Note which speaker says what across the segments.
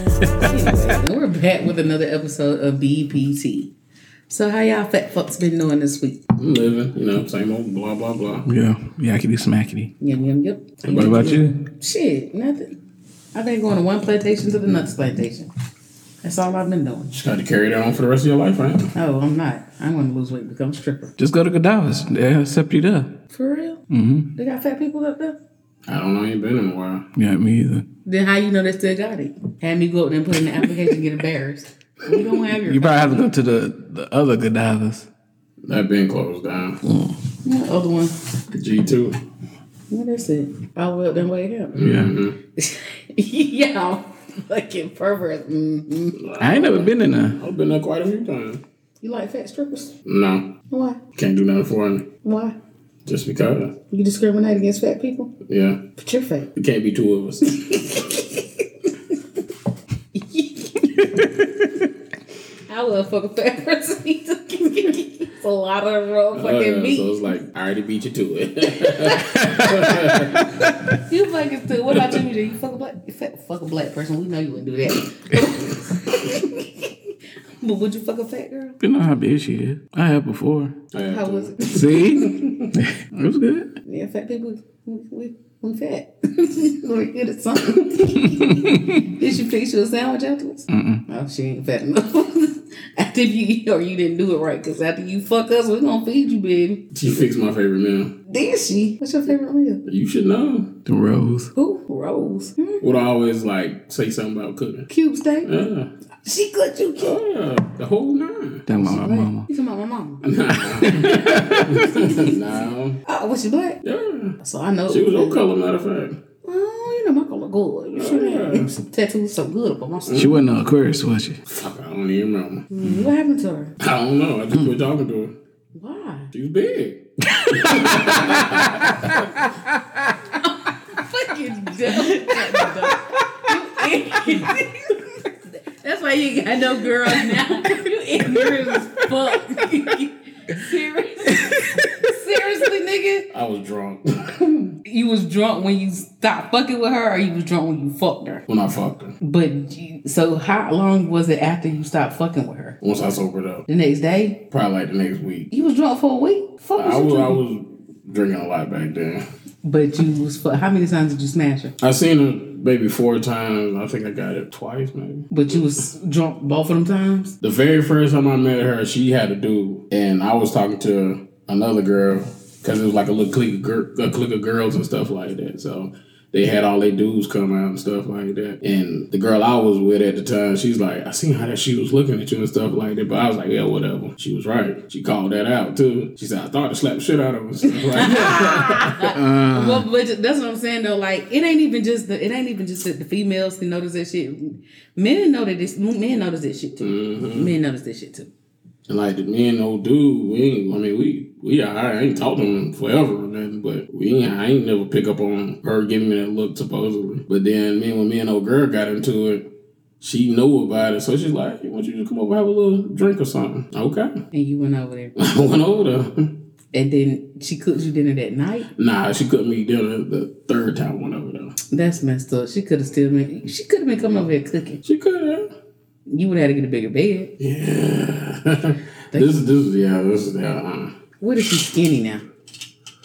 Speaker 1: And We're back with another episode of BPT. So how y'all fat fucks been doing this week?
Speaker 2: I'm living, you know, same old blah blah blah.
Speaker 3: Yeah, yakety smackety.
Speaker 1: Yum yum yum.
Speaker 3: What about you?
Speaker 1: Shit, nothing. I've been going to one plantation to the nuts plantation. That's all I've been doing.
Speaker 2: Just got to carry that on for the rest of your life, right?
Speaker 1: Oh, I'm not. I'm gonna lose weight, become a stripper.
Speaker 3: Just go to Godavas. They'll accept you there.
Speaker 1: For real? Mm-hmm. They got fat people up there?
Speaker 2: I don't know. Ain't been in a while.
Speaker 3: Yeah, me either.
Speaker 1: Then how you know they still got it? Had me go up there and put in the application, get embarrassed. We don't have your
Speaker 3: You probably have to go to the, the other Godavas.
Speaker 2: That been closed down.
Speaker 1: No, other one.
Speaker 2: G two.
Speaker 1: What is it? All the way up there in Wade Hampton.
Speaker 3: Yeah.
Speaker 2: Mm-hmm.
Speaker 1: yeah, fucking pervert. Mm-hmm.
Speaker 3: I ain't never been in there.
Speaker 2: I've been there quite a few times.
Speaker 1: You like fat strippers?
Speaker 2: No,
Speaker 1: Why?
Speaker 2: can't do nothing for me.
Speaker 1: Why?
Speaker 2: Just because.
Speaker 1: You discriminate against fat people?
Speaker 2: Yeah,
Speaker 1: But you're fat.
Speaker 2: it can't be two of us.
Speaker 1: I love fucking fat person. it's a lot of raw
Speaker 2: Oh, yeah,
Speaker 1: fucking meat.
Speaker 2: so it's like I already beat you to it.
Speaker 1: You fucking too. What about you? Do you fuck a black you fat, fuck a black person? We know you wouldn't do that. but would you fuck a fat girl?
Speaker 3: You know how big she is. I have before.
Speaker 2: I have
Speaker 1: How
Speaker 2: to-
Speaker 1: was it?
Speaker 3: See? it was good.
Speaker 1: Yeah, fat people. We, we, we fat. We're good at something. Did she fix you a sandwich afterwards? mm Oh, she ain't fat enough. after you or you didn't do it right, because after you fuck us, we're gonna feed you, baby.
Speaker 2: She fixed my favorite meal.
Speaker 1: Did she? What's your favorite meal?
Speaker 2: You should know.
Speaker 3: The rose.
Speaker 1: Who? Rose. Hmm?
Speaker 2: Would I always like say something about cooking?
Speaker 1: Cube steak.
Speaker 2: Yeah, Oh,
Speaker 1: She cooked you cute.
Speaker 2: yeah, the whole nine.
Speaker 3: That my mama.
Speaker 1: You talking about my mama?
Speaker 2: no,
Speaker 1: Oh, was she black?
Speaker 2: yeah,
Speaker 1: So I know.
Speaker 2: she was your color. Matter of fact,
Speaker 1: Oh, you know my color good. You sure
Speaker 2: Yeah.
Speaker 1: that? Some tattoos so good up on my skin.
Speaker 3: She wasn't an Aquarius, was she?
Speaker 2: Fuck, I don't even remember.
Speaker 1: What happened to her?
Speaker 2: I don't know. I just quit talking to her.
Speaker 1: Why?
Speaker 2: She was big.
Speaker 1: Fucking That's why you got no girls now. You ignorant as fuck. Seriously? Seriously, nigga?
Speaker 2: I was drunk
Speaker 1: You was drunk when you stopped fucking with her or you was drunk when you fucked her?
Speaker 2: when I fucked her.
Speaker 1: But, you, so how long was it after you stopped fucking with her?
Speaker 2: Once I sobered up,
Speaker 1: The next day?
Speaker 2: probably like the next week.
Speaker 1: You was drunk for a week? Fuck was
Speaker 2: I
Speaker 1: you
Speaker 2: was
Speaker 1: drunk?
Speaker 2: I was drinking a lot back then.
Speaker 1: But you was fuck. How many times did you smash her?
Speaker 2: I seen her maybe four times. I think I got it twice, maybe.
Speaker 1: But you was drunk both of them times.
Speaker 2: The very first time I met her, she had a dude, and I was talking to another girl because it was like a little clique of, gir- a clique of girls and stuff like that. So they had all their dudes come out and stuff like that. And the girl I was with at the time, she's like, I seen how that she was looking at you and stuff like that. But I was like, yeah, whatever. She was right. She called that out too. She said, I thought I slapped the shit out of her and stuff like that.
Speaker 1: well, but that's what I'm saying though. Like it ain't even just the it ain't even just that the females can notice that shit. Men know that this men notice that shit too. Men notice that shit too.
Speaker 2: And like the me and old dude, we ain't, I mean we we all right. I ain't talked to him forever or nothing, but we ain't, I ain't never pick up on her giving me that look supposedly. But then me and when me and old girl got into it, she knew about it, so she's like, hey, "Why don't you just come over and have a little drink or something?" Okay,
Speaker 1: And you went over there,
Speaker 2: I went over there.
Speaker 1: and then she cooked you dinner that night.
Speaker 2: Nah, she cooked me dinner the third time I went over there.
Speaker 1: That's messed up. She could have still been. She could have been coming over here cooking.
Speaker 2: She could have.
Speaker 1: You would have had to get a bigger bed.
Speaker 2: Yeah. this is this is yeah this is yeah. Uh,
Speaker 1: What if she's skinny now?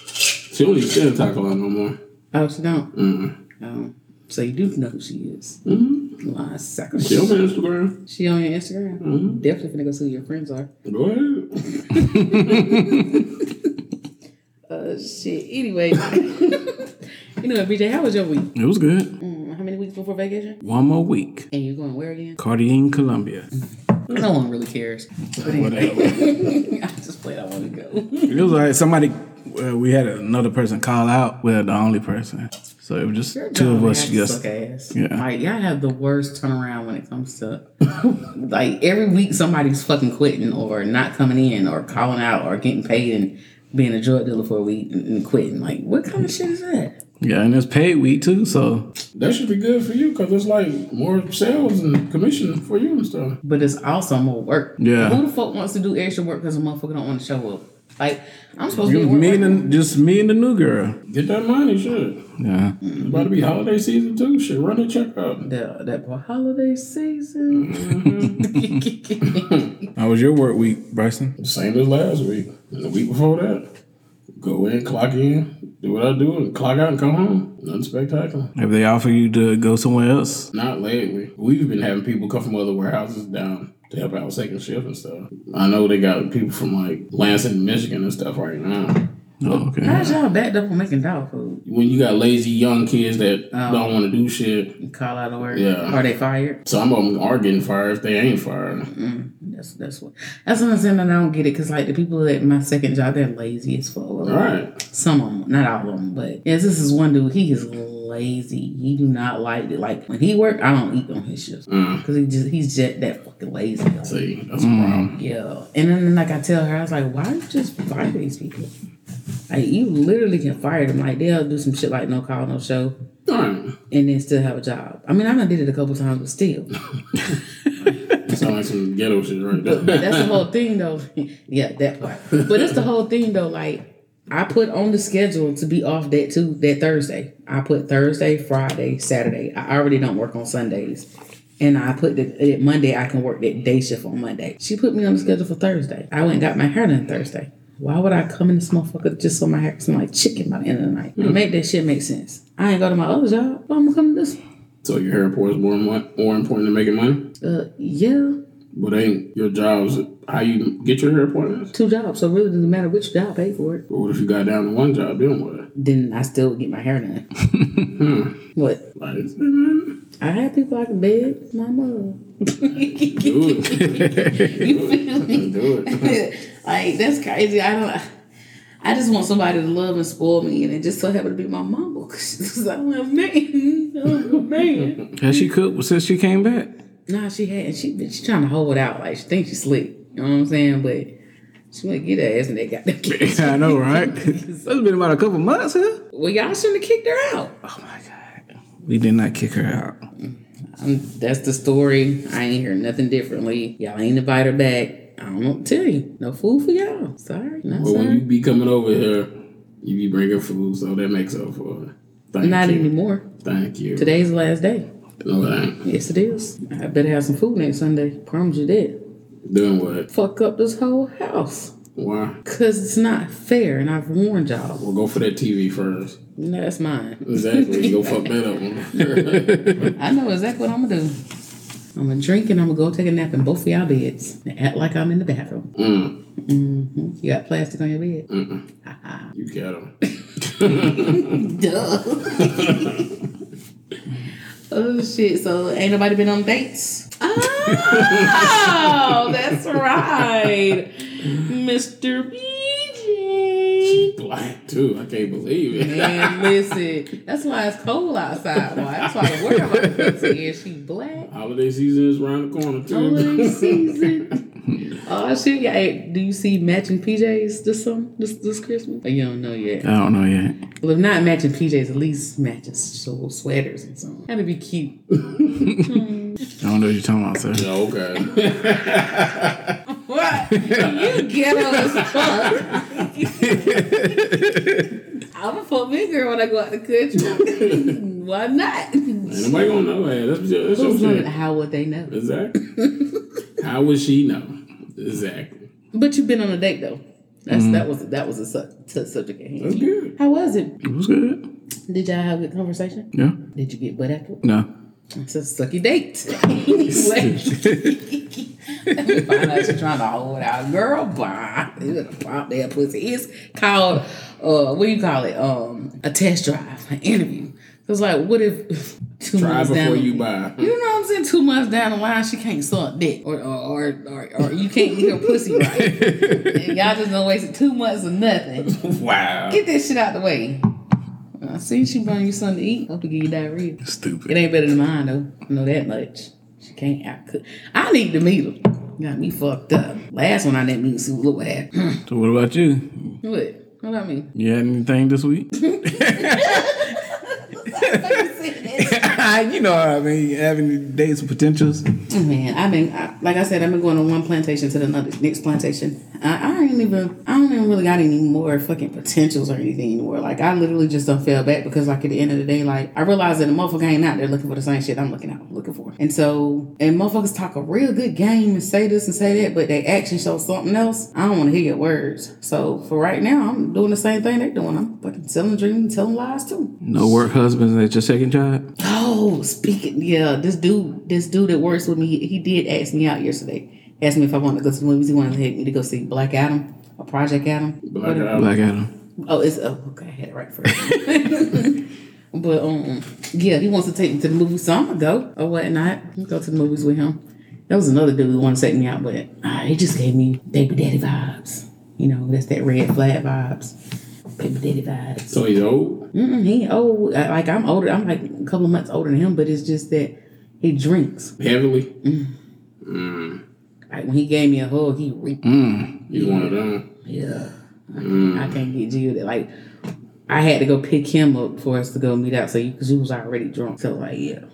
Speaker 2: she don't even sit and talk a lot no more.
Speaker 1: Oh, she don't.
Speaker 2: Mm.
Speaker 1: Oh, so you do know who she is.
Speaker 2: Mm-hmm.
Speaker 1: Lying sucker.
Speaker 2: She on Instagram.
Speaker 1: She on your Instagram. Definitely finna go see who your friends are.
Speaker 2: Go ahead.
Speaker 1: Uh, shit. Anyway. anyway, BJ, how was your week?
Speaker 3: It was good.
Speaker 1: Mm, How many weeks before vacation?
Speaker 3: One more week.
Speaker 1: And you're going where again?
Speaker 3: Cardigan, Colombia.
Speaker 1: No one really cares. But
Speaker 3: Whatever.
Speaker 1: anyway, I just played I want to go.
Speaker 3: It was like somebody, uh, we had another person call out. We're the only person. So it was just two of us. Yes.
Speaker 1: Suck ass.
Speaker 3: Yeah.
Speaker 1: Like, y'all have the worst turnaround when it comes to, like, every week somebody's fucking quitting or not coming in or calling out or getting paid and being a drug dealer for a week and, and quitting. Like, what kind of shit is that?
Speaker 3: Yeah, and it's paid week too. So
Speaker 2: That should be good for you because it's like more sales and commission for you and stuff.
Speaker 1: But it's also more work.
Speaker 3: Yeah.
Speaker 1: Who the fuck wants to do extra work because a motherfucker don't want to show up? Like I'm supposed to
Speaker 3: You,
Speaker 1: be at work
Speaker 3: me
Speaker 1: right
Speaker 3: and the, just me and the new girl.
Speaker 2: Get that money, shit.
Speaker 3: Yeah.
Speaker 2: It's about to be holiday season too. Shit, run the check up.
Speaker 1: that that boy, holiday season. Mm-hmm.
Speaker 3: How was your work week, Bryson?
Speaker 2: Same as last week. And the week before that. Go in, clock in, do what I do, and clock out and come home. Nothing spectacular.
Speaker 3: Have they offered you to go somewhere else?
Speaker 2: Not lately. We've been having people come from other warehouses down to help out with second shift and stuff. I know they got people from like Lansing, Michigan and stuff right now.
Speaker 3: Oh, okay.
Speaker 1: How's y'all backed up on making dog food?
Speaker 2: When you got lazy young kids that don't want to do shit,
Speaker 1: You call out of work.
Speaker 2: Yeah.
Speaker 1: Are they fired?
Speaker 2: some of them are getting fired if they ain't fired.
Speaker 1: That's that's what. That's what I'm saying. And I don't get it because like the people at my second job, they're lazy as fuck.
Speaker 2: All right.
Speaker 1: Some of them, not all of them, but yes, this is one dude. He is lazy. He do not like it. Like when he work, I don't eat on his shifts
Speaker 2: Mm.
Speaker 1: because he just he's just that fucking lazy.
Speaker 2: See, that's a
Speaker 1: Mm.
Speaker 2: problem.
Speaker 1: Yeah. And then like I tell her, I was like, why you just fire these people? Like you literally can fire them. Like they'll do some shit like no call, no show,
Speaker 2: All right.
Speaker 1: and then still have a job. I mean, I done did it a couple times, but still.
Speaker 2: Sound like some ghetto shit right
Speaker 1: But
Speaker 2: there.
Speaker 1: that's the whole thing though. yeah, that part. But that's the whole thing though. Like I put on the schedule to be off that too that Thursday. I put Thursday, Friday, Saturday. I already don't work on Sundays. And I put that that Monday I can work that day shift on Monday. She put me on the schedule for Thursday. I went and got my hair done Thursday. Why would I come in this motherfucker just so my hair can smell like chicken by the end of the night? Make that shit make sense. I ain't go to my other job. Why I'm gonna come to this.
Speaker 2: so your hair report is more, mo- more important than making money?
Speaker 1: Uh, yeah,
Speaker 2: But ain't your jobs how you get your hair appointments?
Speaker 1: two jobs. So it really doesn't matter which job I pay for it.
Speaker 2: But what if you got down to one job, then what?
Speaker 1: then I still would get my hair done. Hmm. What?
Speaker 2: Like, do
Speaker 1: I have people I can beg my mom.
Speaker 2: it. do it.
Speaker 1: like that's crazy. I don't. I just want somebody to love and spoil me, and it just so happened to be my mama because I don't have a man. I don't have a man.
Speaker 3: Has she cooked since she came back?
Speaker 1: nah, she had, and she she's trying to hold it out. Like she thinks she's slick. You know what I'm saying? But she might get her ass in that goddamn kitchen.
Speaker 3: Yeah, I know, right? it's been about a couple months, huh?
Speaker 1: Well, y'all shouldn't have kicked her out.
Speaker 3: Oh my god. We did not kick her out.
Speaker 1: Um, that's the story. I ain't hear nothing differently. Y'all ain't invite her back. I don't know what to tell you. No food for y'all. Sorry, not
Speaker 2: But when you
Speaker 1: sorry.
Speaker 2: be coming over here, you be bringing food, so that makes up for it. Thank
Speaker 1: Not
Speaker 2: you.
Speaker 1: anymore.
Speaker 2: Thank you.
Speaker 1: Today's the last day.
Speaker 2: No, it ain't.
Speaker 1: Yes, it is. I better have some food next Sunday. Promise you that.
Speaker 2: Doing what?
Speaker 1: Fuck up this whole house.
Speaker 2: Why?
Speaker 1: Cause it's not fair, and I've warned y'all.
Speaker 2: Well, go for that TV first.
Speaker 1: No, that's mine.
Speaker 2: Exactly. go fuck that up. man.
Speaker 1: I know exactly what I'm gonna do. I'm gonna drink and I'm gonna go take a nap in both of y'all beds and act like I'm in the bathroom.
Speaker 2: mm,
Speaker 1: hmm You got plastic on your bed.
Speaker 2: you got him.
Speaker 1: Duh. oh shit! So ain't nobody been on dates? Oh, that's right, Mr. BJ.
Speaker 2: Black too. I can't believe it.
Speaker 1: Man, listen, that's why it's cold outside. Why? That's why I worry about this. Is she black?
Speaker 2: Holiday season is around the corner too.
Speaker 1: Holiday season. Oh shit! Yeah, hey, do you see matching PJs this some this this Christmas? You don't know yet.
Speaker 3: I don't know yet.
Speaker 1: Well, if not matching PJs, at least matching so sweaters and something. That'd be cute.
Speaker 3: I don't know what you're talking about, sir.
Speaker 2: Yeah, okay.
Speaker 1: What? You ghetto as fuck. I'm a full big girl when I go out the country. Why not?
Speaker 2: Nobody gonna know that. That's, that's your
Speaker 1: Who's gonna-
Speaker 2: shit.
Speaker 1: How would they know?
Speaker 2: Exactly. How would she know? Exactly.
Speaker 1: But you've been on a date though. That's that was that was a su- t- subject at
Speaker 2: That's
Speaker 1: hand.
Speaker 2: good.
Speaker 1: How was it?
Speaker 3: It was good.
Speaker 1: Did y'all have a good conversation?
Speaker 3: Yeah.
Speaker 1: Did you get butt after?
Speaker 3: No.
Speaker 1: It's a sucky date. anyway. Find out you're trying to hold out, girl. Bye. You gonna pop that pussy. It's called uh, what do you call it? Um, a test drive, an interview. It's like, what if two
Speaker 2: Try
Speaker 1: months
Speaker 2: before
Speaker 1: down,
Speaker 2: you buy.
Speaker 1: You know what I'm saying? Two months down the line, she can't suck dick, or or or, or, or you can't eat her pussy right. And y'all just gonna waste two months of nothing.
Speaker 2: Wow.
Speaker 1: Get that shit out the way. I see she bring you something to eat. Hope to give you diarrhea. It
Speaker 3: Stupid.
Speaker 1: ain't better than mine though. I know that much. She can't out cook. I need to meet her. Got me fucked up. Last one I didn't meet, see look what happened.
Speaker 3: So what about you?
Speaker 1: what? What I mean?
Speaker 3: You had anything this week? you know what I mean. You Have any dates with potentials?
Speaker 1: Man, I've been I, like I said, I've been going on one plantation to the another next plantation. I, I ain't didn't even. I don't even really got any more fucking potentials or anything anymore. Like I literally just don't fell back because like at the end of the day, like I realized that the motherfucker ain't out there looking for the same shit I'm looking out looking for. And so, and motherfuckers talk a real good game and say this and say that, but they action show something else. I don't want to hear your words. So for right now, I'm doing the same thing they're doing. I'm fucking selling dreams, telling lies too.
Speaker 4: No work husbands at your second job?
Speaker 1: Oh, speaking, yeah, this dude, this dude that works with me, he did ask me out yesterday. Asked me if I wanted to go to the movies. He wanted to take me to go see Black Adam or Project Adam. What-
Speaker 2: Black Adam.
Speaker 4: Black Adam.
Speaker 1: Oh, it's oh, okay. I had it right first. but um, yeah, he wants to take me to the movies, so I'm gonna go or whatnot. I'll Go to the movies with him. That was another dude who wanted to take me out, but uh, he just gave me baby daddy vibes. You know, that's that red flag vibes, baby daddy vibes.
Speaker 2: So he's old.
Speaker 1: Mm-mm, he old. I- Like I'm older. I'm like a couple of months older than him, but it's just that he drinks.
Speaker 2: Heavily.
Speaker 1: Like when he gave me a hug, he re-
Speaker 2: He's one of them.
Speaker 1: yeah. I, I can't get you that. Like I had to go pick him up for us to go meet out. So because he was already drunk. So like yeah.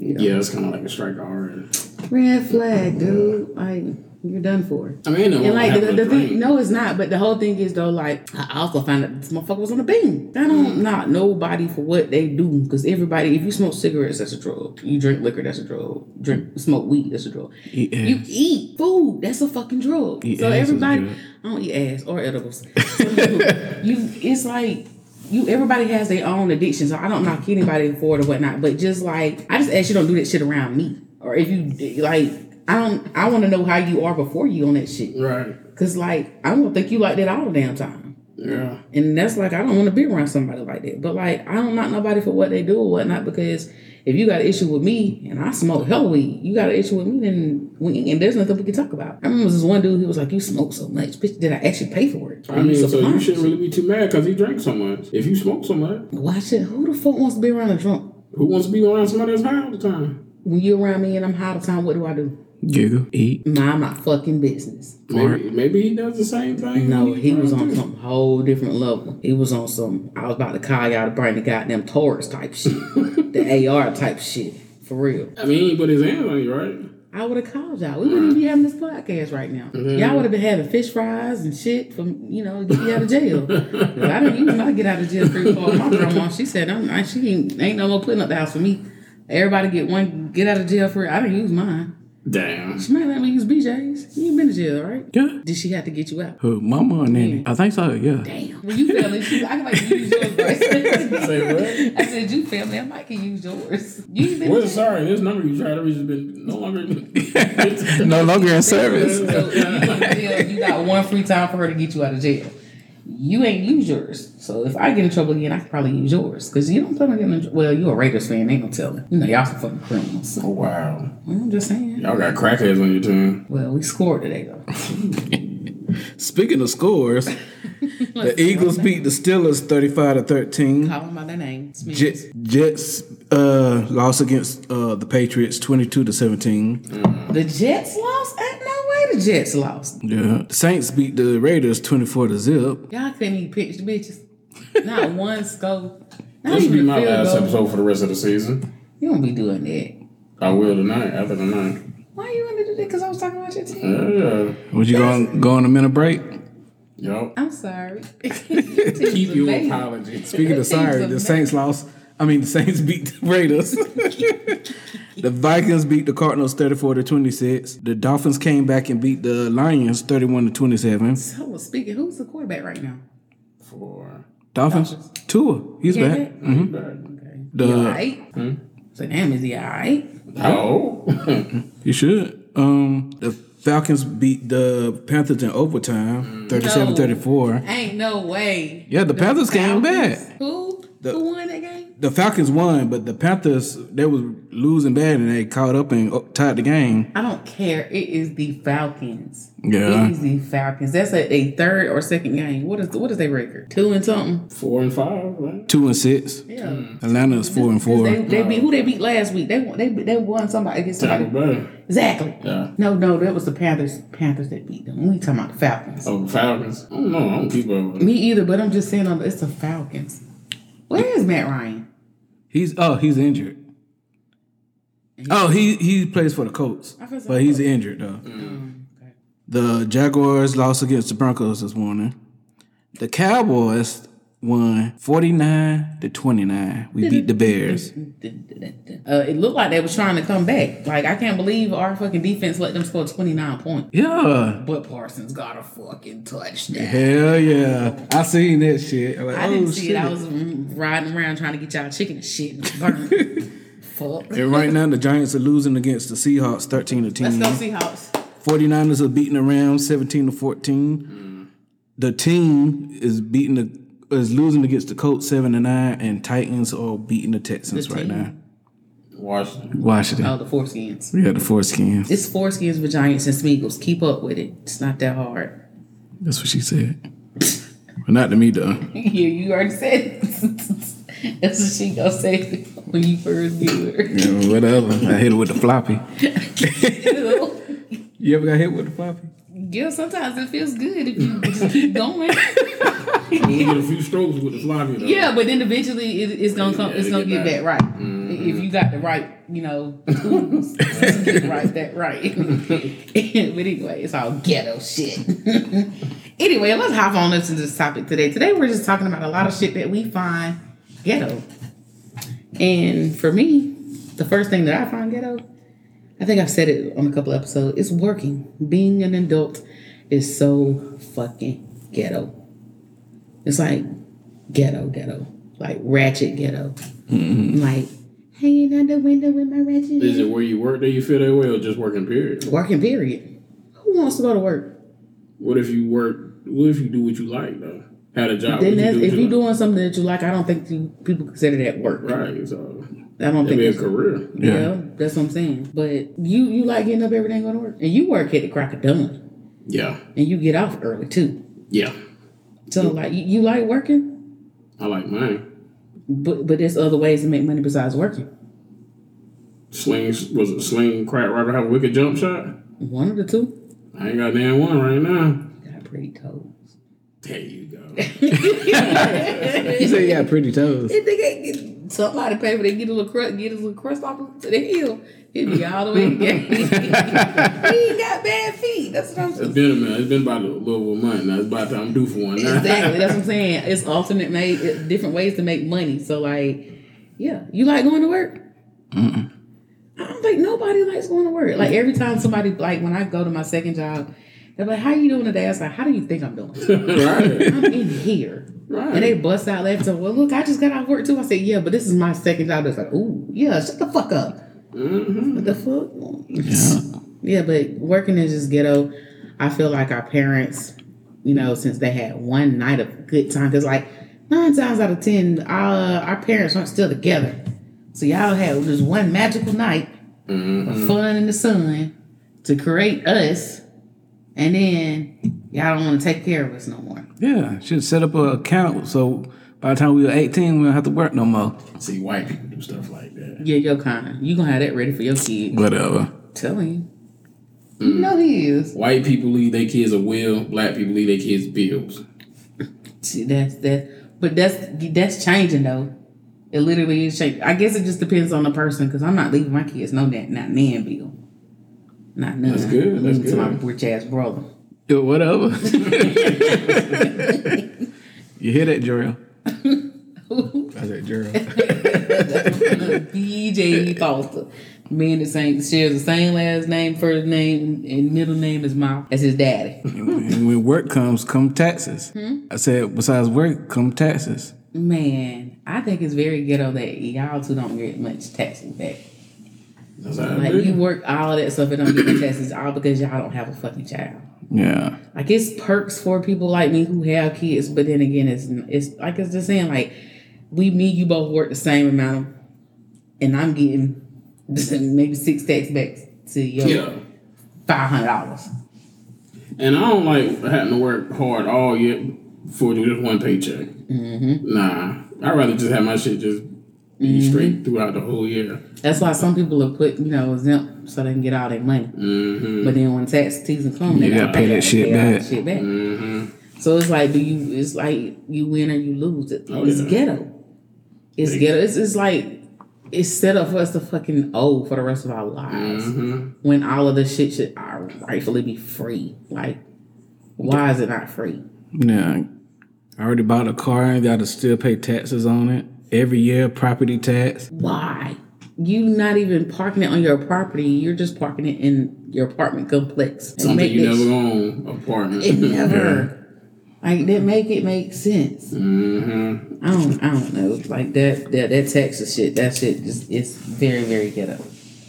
Speaker 2: Yeah, it's kind of like a striker already.
Speaker 1: Red flag, dude. Like you're done for.
Speaker 2: I mean, no
Speaker 1: And like
Speaker 2: like
Speaker 1: the, the thing,
Speaker 2: no.
Speaker 1: no, it's not. But the whole thing is though, like I also found out this motherfucker was on a beam. I
Speaker 3: Mm.
Speaker 1: don't knock nobody for what they do because everybody, if you smoke cigarettes, that's a drug. You drink liquor, that's a drug. Drink smoke weed, that's a drug.
Speaker 3: Eat ass.
Speaker 1: You eat food, that's a fucking drug.
Speaker 3: Eat
Speaker 1: so
Speaker 3: ass is a
Speaker 1: everybody,
Speaker 3: drug.
Speaker 1: I don't eat ass or edibles. So, you, it's like. You everybody has their own addiction, so I don't knock anybody for it or whatnot. But just like I just ask you don't do that shit around me, or if you like, I don't. I want to know how you are before you on that shit.
Speaker 2: Right.
Speaker 1: Cause like I don't think you like that all the damn time.
Speaker 2: Yeah.
Speaker 1: And that's like I don't want to be around somebody like that. But like I don't knock nobody for what they do or whatnot because if you got an issue with me and I smoke hell weed, you got an issue with me, then we and there's nothing we can talk about. I remember this one dude who was like, "You smoke so much, bitch. Did I actually pay for it?
Speaker 2: I mean, so you
Speaker 1: surprised.
Speaker 2: shouldn't really be too mad because he drank so much. If you smoke so much,
Speaker 1: Why should who the fuck wants to be around a drunk?
Speaker 2: who wants to be around somebody that's high all the time?
Speaker 1: When you around me and I'm high all the time, what do I do?
Speaker 3: Giggle. Eat.
Speaker 1: Mind my fucking business.
Speaker 2: Maybe, maybe he does the same thing.
Speaker 1: No,
Speaker 2: when he's
Speaker 1: he was
Speaker 2: drunk,
Speaker 1: on
Speaker 2: too.
Speaker 1: some whole different level. He was on some. I was about to call y'all to bring the goddamn Taurus type shit, the AR type shit, for real.
Speaker 2: I mean, he put his hands on you, right?
Speaker 1: I would have called y'all. We wouldn't be having this podcast right now. Y'all would have been having fish fries and shit from you know get me out of jail. 'Cause I didn't even know I get out of jail free for my grandma. She said I'm, I, she ain't, ain't no more putting up the house for me. Everybody get one get out of jail free. I didn't use mine.
Speaker 2: Damn.
Speaker 1: She might let me use BJ's. You ain't been to jail, right?
Speaker 3: Yeah.
Speaker 1: Did she have to get you out?
Speaker 3: Her mama and nanny. I think so. Yeah.
Speaker 1: Damn. Well, you family. She's like, I can like use yours, Bryce.
Speaker 2: Say what?
Speaker 1: I said, you family. I might can use yours. You ain't been
Speaker 2: We're sorry. This number you tried to reach has been no longer.
Speaker 3: No longer in service.
Speaker 1: So, you in jail, you got one free time for her to get you out of jail. You ain't use yours. So if I get in trouble again, I can probably use yours. Because you don't plan on getting in tr- Well, you a Raiders fan. Ain't no telling. You know, y'all some fucking criminals. So,
Speaker 2: Oh wow.
Speaker 1: I'm just saying.
Speaker 2: Y'all got crackheads on your team.
Speaker 1: Well, we scored today, though.
Speaker 3: Speaking of scores, the Eagles beat the Steelers 35 to 13.
Speaker 1: Call them by their name. It's me.
Speaker 3: Jets, Jets uh, lost against uh, the Patriots 22 to 17.
Speaker 1: the Jets lost? Ain't no way the Jets lost.
Speaker 3: Yeah. The Saints beat the Raiders 24 to zip.
Speaker 1: Y'all couldn't even pitch the bitches. Not one scope. Not
Speaker 2: This will be
Speaker 1: even a
Speaker 2: my
Speaker 1: field
Speaker 2: last
Speaker 1: goal.
Speaker 2: episode for the rest of the season.
Speaker 1: You don't be doing that.
Speaker 2: I will tonight. After tonight.
Speaker 1: Why you wanna do that? Cause I was talking about your team.
Speaker 2: Yeah.
Speaker 3: Would you go on, go on a minute break?
Speaker 2: Yup.
Speaker 1: I'm sorry.
Speaker 2: Keep
Speaker 1: Keep
Speaker 2: your apologies.
Speaker 3: Speaking of sorry, the
Speaker 1: amazing.
Speaker 3: Saints lost. I mean, the Saints beat the Raiders. the Vikings beat the Cardinals 34 to 26. The Dolphins came back and beat the Lions 31 to 27.
Speaker 1: So speaking, who's the quarterback right now?
Speaker 2: For
Speaker 3: Dolphins, Tua, he's
Speaker 1: Yeah.
Speaker 3: back.
Speaker 2: Mm-hmm.
Speaker 3: The-
Speaker 1: You alright?
Speaker 3: Uh,
Speaker 1: So damn, is he alright?
Speaker 2: oh,
Speaker 3: You should. Um, the Falcons beat the Panthers in
Speaker 1: Mm.
Speaker 3: overtime, 37-34.
Speaker 1: Ain't no way.
Speaker 3: Yeah, the Panthers came
Speaker 1: Falcons.
Speaker 3: back.
Speaker 1: Who? Who won that game?
Speaker 3: The Falcons won, but the Panthers they was losing bad and they caught up and uh, tied the game.
Speaker 1: I don't care. It is the Falcons.
Speaker 3: Yeah.
Speaker 1: It is the Falcons. That's a, a third or second game. What is what is their record? Two and something.
Speaker 2: four and five. Right?
Speaker 3: Two and six.
Speaker 1: Yeah.
Speaker 3: Atlanta is four and
Speaker 1: 'Cause
Speaker 3: four.
Speaker 1: They, they beat who they beat last week. They won. They they won somebody against somebody.
Speaker 2: Tampa Bay.
Speaker 1: Exactly.
Speaker 2: Yeah.
Speaker 1: No, no, that was the Panthers. Panthers that beat them. We talking about the Falcons.
Speaker 2: Oh, the Falcons. I don't know. I don't keep up with it.
Speaker 1: Me either, but I'm just saying uh, it's the Falcons. Where is Matt Ryan?
Speaker 3: He's oh he's injured. Oh he he plays for the Colts,
Speaker 1: I feel so Oh,
Speaker 3: but he's injured though. The Jaguars lost against the Broncos this morning. The Cowboys won 49 to 29. We beat the Bears.
Speaker 1: Uh, it looked like they was trying to come back. Like I can't believe our fucking defense let them score twenty nine points.
Speaker 3: Yeah.
Speaker 1: But Parsons got a fucking touchdown.
Speaker 3: Hell yeah. I seen that shit. I'm like,
Speaker 1: I didn't
Speaker 3: oh,
Speaker 1: see
Speaker 3: shit.
Speaker 1: it. I was mm, riding around trying to get y'all chicken and shit. And burn. Fuck.
Speaker 3: And right now, the Giants are losing against the Seahawks 13 to 10.
Speaker 1: Let's go Seahawks.
Speaker 3: 49ers are beating the Rams 17 to 14. The team is beating the is losing against the Colts 7 to 9 and Titans are beating the Texans
Speaker 1: The
Speaker 3: right
Speaker 1: team?
Speaker 3: now.
Speaker 2: Washington.
Speaker 4: Washington.
Speaker 1: Oh, the foreskins.
Speaker 3: We got the foreskins.
Speaker 1: It's foreskins with Giants and Smeagles. Keep up with it. It's not that hard.
Speaker 4: That's what she said.
Speaker 3: But not to me though.
Speaker 1: yeah, you already said it. That's what she gonna say when you first get her.
Speaker 3: Yeah, whatever.
Speaker 4: I hit it with the floppy.
Speaker 3: You ever got hit with the floppy?
Speaker 1: yeah, sometimes it feels good if you just keep going.
Speaker 2: You get a few strokes with the floppy though.
Speaker 1: Yeah, but then eventually it, it's gonna come.
Speaker 2: Yeah,
Speaker 1: It's
Speaker 2: it
Speaker 1: gonna
Speaker 2: get Mm-hmm.
Speaker 1: get that right. If you got the right, you know, tools to get right that right. but anyway, it's all ghetto shit. anyway, let's hop on into this topic today. Today we're just talking about a lot of shit that we find ghetto. And for me, the first thing that I find ghetto, I think I've said it on a couple episodes. It's working. Being an adult is so fucking ghetto. It's like ghetto, ghetto, like ratchet ghetto. Like hanging out the window with my ratchet.
Speaker 2: Is it where you work that you feel that way, or just working period?
Speaker 1: Working period. Who wants to go to work?
Speaker 2: What if you work? What if you do what you like though? Had a job.
Speaker 1: Then
Speaker 2: what
Speaker 1: that's,
Speaker 2: what
Speaker 1: if you're
Speaker 2: like?
Speaker 1: doing something that you like, I don't think you, people consider that work.
Speaker 2: right, so
Speaker 1: I don't
Speaker 2: it'd
Speaker 1: think
Speaker 2: be a
Speaker 1: it's
Speaker 2: career.
Speaker 1: yeah. that's what I'm saying. But you you like getting up every day and going to work, and you work at the crack of dawn,
Speaker 2: Yeah,
Speaker 1: and you get off early too.
Speaker 2: yeah.
Speaker 1: So like you, you like working,
Speaker 2: I like mine.
Speaker 1: but but there's other ways to make money besides working.
Speaker 2: Sling was it sling crack right have a wicked jump shot?
Speaker 1: One of the two
Speaker 2: I ain't got damn one right now.
Speaker 1: got pretty toes.
Speaker 2: There you go.
Speaker 3: You say you got pretty toes.
Speaker 1: If they can't get somebody pay for they get a little crust, get a little crust off to the hill, it'd be all the way again. he ain't got bad feet. That's what I'm
Speaker 2: It's
Speaker 1: saying.
Speaker 2: been a minute. It's been about a little over a month now. It's about time I'm due for one. Now.
Speaker 1: Exactly. That's what I'm saying. It's alternate made it- different ways to make money. So like, yeah, you like going to work. I don't think nobody likes going to work. Like every time somebody like when I go to my second job, they're like, "How you doing today?" I was like, "How do you think I'm doing?"
Speaker 2: right.
Speaker 1: I'm in here.
Speaker 2: Right.
Speaker 1: And they bust out laughing. So, well, look, I just got off work too. I said, yeah, but this is my second job. It's like, ooh, yeah, shut the fuck up.
Speaker 2: Mm-hmm.
Speaker 1: What the fuck? Yeah. but working in just ghetto, I feel like our parents, you know, since they had one night of good time, because like nine times out of ten, uh, our parents aren't still together. So y'all had just one magical night
Speaker 2: Mm-hmm.
Speaker 1: of fun in the sun to create us, and then y'all don't want to take care of us no more.
Speaker 3: Yeah. Should set up an account so by the time we were 18, we don't have to work no more.
Speaker 2: See, white people do stuff like that.
Speaker 1: Yeah, your kind. You gonna have that ready for your kid.
Speaker 3: Whatever.
Speaker 1: Tell him.
Speaker 2: Mm-hmm.
Speaker 1: You know he is.
Speaker 2: White people leave their kids a will. Black people leave their kids bills.
Speaker 1: See, that's that. But that's that's changing though. It literally is changing. I guess it just depends on the person because I'm not leaving my kids no that not nan bill, not none.
Speaker 2: That's good,
Speaker 1: I'm
Speaker 2: that's
Speaker 1: leaving to my
Speaker 2: good.
Speaker 1: rich ass brother.
Speaker 4: Yo, whatever.
Speaker 3: You hear that, Jarrell?
Speaker 1: That's
Speaker 3: I said Jarrell.
Speaker 1: BJ Foster. Me and the same shares the same last name, first name, and middle name is my as his daddy.
Speaker 3: and when work comes, come taxes.
Speaker 1: Hmm?
Speaker 3: I said, besides work, come taxes.
Speaker 1: Man, I think it's very ghetto that y'all two don't get much taxes back.
Speaker 2: That's how I
Speaker 1: Like you
Speaker 2: do.
Speaker 1: work all that stuff and don't get the taxes, all because y'all don't have a fucking child.
Speaker 3: Yeah.
Speaker 1: Like it's perks for people like me who have kids, but then again, it's it's like it's just saying like we me you both work the same amount, of, and I'm getting maybe six tax backs to your
Speaker 2: Yeah.
Speaker 1: five hundred dollars.
Speaker 2: And I don't like having to work hard all year for just one paycheck.
Speaker 1: Mm-hmm.
Speaker 2: Nah, I'd rather just have my shit just be straight throughout the whole year.
Speaker 1: That's why some people are put you know exempt so they can get all their money,
Speaker 2: Mm-hmm.
Speaker 1: but then when tax season comes,
Speaker 3: You gotta pay that shit back.
Speaker 1: Shit back.
Speaker 2: Mm-hmm.
Speaker 1: So it's like, do you? It's like you win or you lose. It,
Speaker 2: Oh,
Speaker 1: it's
Speaker 2: yeah.
Speaker 1: ghetto. It's
Speaker 2: They-
Speaker 1: ghetto. It's, it's like it's set up for us to fucking owe for the rest of our lives
Speaker 2: Mm-hmm.
Speaker 1: when all of this shit should uh, rightfully be free. Like, why is it not free?
Speaker 3: Yeah. I already bought a car and gotta still pay taxes on it. Every year, property tax.
Speaker 1: Why? You not even parking it on your property. You're just parking it in your apartment complex. And
Speaker 2: Something
Speaker 1: make
Speaker 2: you
Speaker 1: that
Speaker 2: never
Speaker 1: sh-
Speaker 2: own apartment.
Speaker 1: it never. Like that make it make sense.
Speaker 2: Mm. Mm-hmm.
Speaker 1: I don't. I don't know. Like that. That that Texas shit. That shit just it's very very ghetto.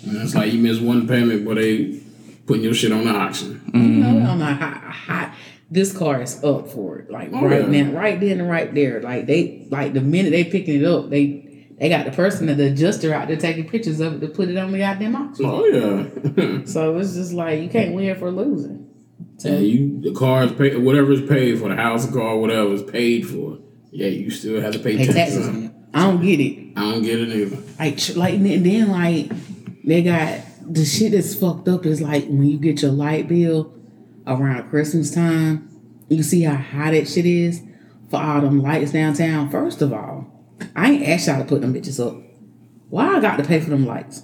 Speaker 2: And It's like you miss one payment, but they putting your shit on the auction.
Speaker 1: No, I'm not hot, hot. This car is up for it. Like right
Speaker 2: Oh, yeah.
Speaker 1: now, right then and right there. Like they like the minute they picking it up, they they got the person that the adjuster out there taking pictures of it to put it on the goddamn auction.
Speaker 2: Oh yeah,
Speaker 1: So it's just like you can't win for losing. Mm-hmm.
Speaker 2: and you the car is paid. Whatever is paid for the house, the car, whatever is paid for. Yeah, you still have to pay,
Speaker 1: Pay
Speaker 2: taxes.
Speaker 1: taxes
Speaker 2: on
Speaker 1: on
Speaker 2: it.
Speaker 1: it. I don't get it.
Speaker 2: I don't get it either.
Speaker 1: like tr- like and then like they got the shit that's fucked up is like when you get your light bill around Christmas time, you see how high that shit is for all them lights downtown. First of all, I ain't asked y'all to put them bitches up. Why I got to pay for them lights?